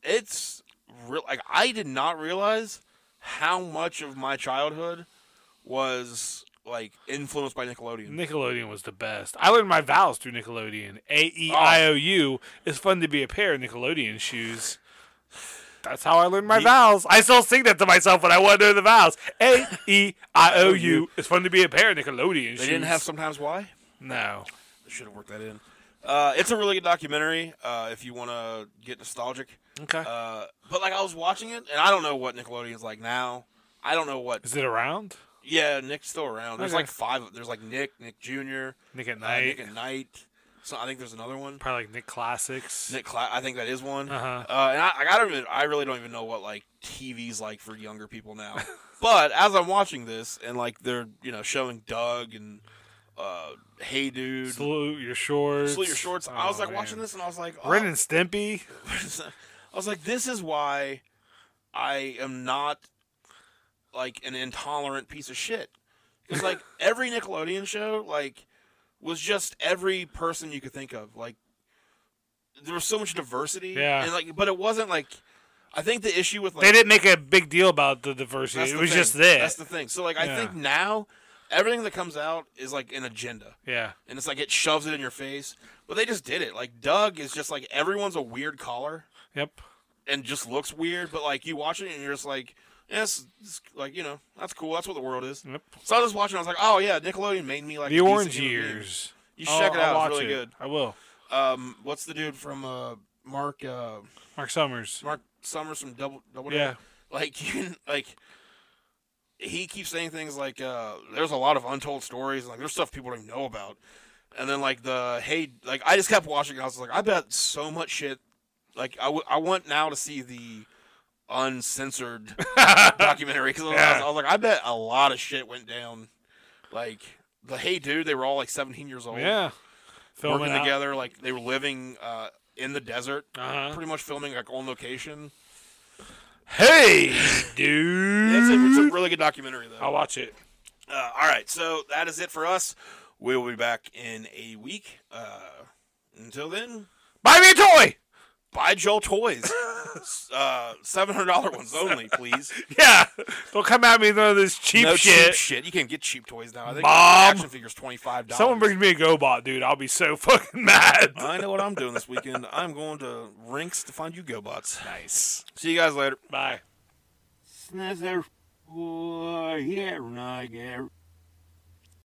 Speaker 3: It's real. Like I did not realize how much of my childhood was like influenced by Nickelodeon.
Speaker 2: Nickelodeon was the best. I learned my vowels through Nickelodeon. A E I O U. It's fun to be a pair of Nickelodeon shoes. That's how I learned my vowels. I still sing that to myself when I want to know the vowels. A E I O U. It's fun to be a pair of Nickelodeon shoes.
Speaker 3: They didn't have sometimes why.
Speaker 2: no.
Speaker 3: They should have worked that in. Uh, it's a really good documentary. Uh, if you want to get nostalgic.
Speaker 2: Okay.
Speaker 3: Uh, but like I was watching it, and I don't know what Nickelodeon's like now. I don't know what.
Speaker 2: Is it around?
Speaker 3: Yeah, Nick's still around. There's
Speaker 2: Okay.
Speaker 3: like five. There's like Nick, Nick Jr.,
Speaker 2: Nick at
Speaker 3: uh, Nick
Speaker 2: night.
Speaker 3: and Knight. So I think there's another one.
Speaker 2: Probably like Nick Classics.
Speaker 3: Nick Cla- I think that is one.
Speaker 2: Uh-huh.
Speaker 3: Uh, and I, like, I don't even, I really don't even know what like TV's like for younger people now. but as I'm watching this and like they're you know showing Doug and uh, Hey Dude,
Speaker 2: Salute your shorts.
Speaker 3: Salute Your Shorts, I was
Speaker 2: Oh,
Speaker 3: like
Speaker 2: man.
Speaker 3: watching this and I was like, oh.
Speaker 2: Ren and Stimpy.
Speaker 3: I was like, this is why I am not like an intolerant piece of shit. Because like every Nickelodeon show, like was just every person you could think of. Like there was so much diversity.
Speaker 2: Yeah.
Speaker 3: And like, but it wasn't like. I think the issue with like
Speaker 2: They didn't make a big deal about the diversity.
Speaker 3: that's
Speaker 2: it
Speaker 3: the
Speaker 2: was
Speaker 3: thing.
Speaker 2: just this.
Speaker 3: That's the thing. So like, I
Speaker 2: Yeah.
Speaker 3: think now everything that comes out is like an agenda
Speaker 2: yeah.
Speaker 3: and it's like it shoves it in your face. But they just did it. Like Doug is just like everyone's a weird caller
Speaker 2: Yep.
Speaker 3: and just looks weird, but like you watch it and you're just like, yes, it's like you know that's cool. That's what the world is.
Speaker 2: Yep.
Speaker 3: So I was watching. I was like, oh yeah, Nickelodeon made me like
Speaker 2: The
Speaker 3: a decent
Speaker 2: Orange
Speaker 3: human being.
Speaker 2: Years.
Speaker 3: You should check
Speaker 2: I'll-
Speaker 3: it
Speaker 2: I'll
Speaker 3: out.
Speaker 2: watch
Speaker 3: It's really
Speaker 2: it.
Speaker 3: good.
Speaker 2: I will.
Speaker 3: Um, what's the dude from uh Mark uh
Speaker 2: Mark Summers.
Speaker 3: Mark Summers from Double Double? Dare?
Speaker 2: yeah.
Speaker 3: Like you like. He keeps saying things like, uh, "There's a lot of untold stories, and like there's stuff people don't even know about." And then like the hey, like I just kept watching. And I was like, I bet so much shit. Like I, w- I want now to see the uncensored documentary because I,
Speaker 2: Yeah.
Speaker 3: was- I was like, I bet a lot of shit went down. Like the hey dude, they were all like 17 years old,
Speaker 2: Yeah. Filming
Speaker 3: working
Speaker 2: out.
Speaker 3: together. Like they were living uh, in the desert,
Speaker 2: Uh-huh.
Speaker 3: pretty much filming like on location.
Speaker 2: Hey,
Speaker 3: That's it. It's
Speaker 2: dude.
Speaker 3: a really good documentary though.
Speaker 2: I'll watch it.
Speaker 3: Uh, all right, so that is it for us. We will be back in a week. Uh, until then,
Speaker 2: Buy me a toy.
Speaker 3: buy Joel toys. uh, seven hundred dollar ones only, please.
Speaker 2: Yeah. Don't come at me with none of this cheap
Speaker 3: no
Speaker 2: shit.
Speaker 3: cheap shit. You can get cheap toys now. I think
Speaker 2: Mom.
Speaker 3: action figures twenty five dollars.
Speaker 2: Someone brings me a GoBot, dude. I'll be so fucking mad.
Speaker 3: I know what I'm doing this weekend. I'm going to Rinks to find you GoBots.
Speaker 2: Nice.
Speaker 3: See you guys later.
Speaker 2: Bye.
Speaker 5: Snazzer, boy, yeah, Niger.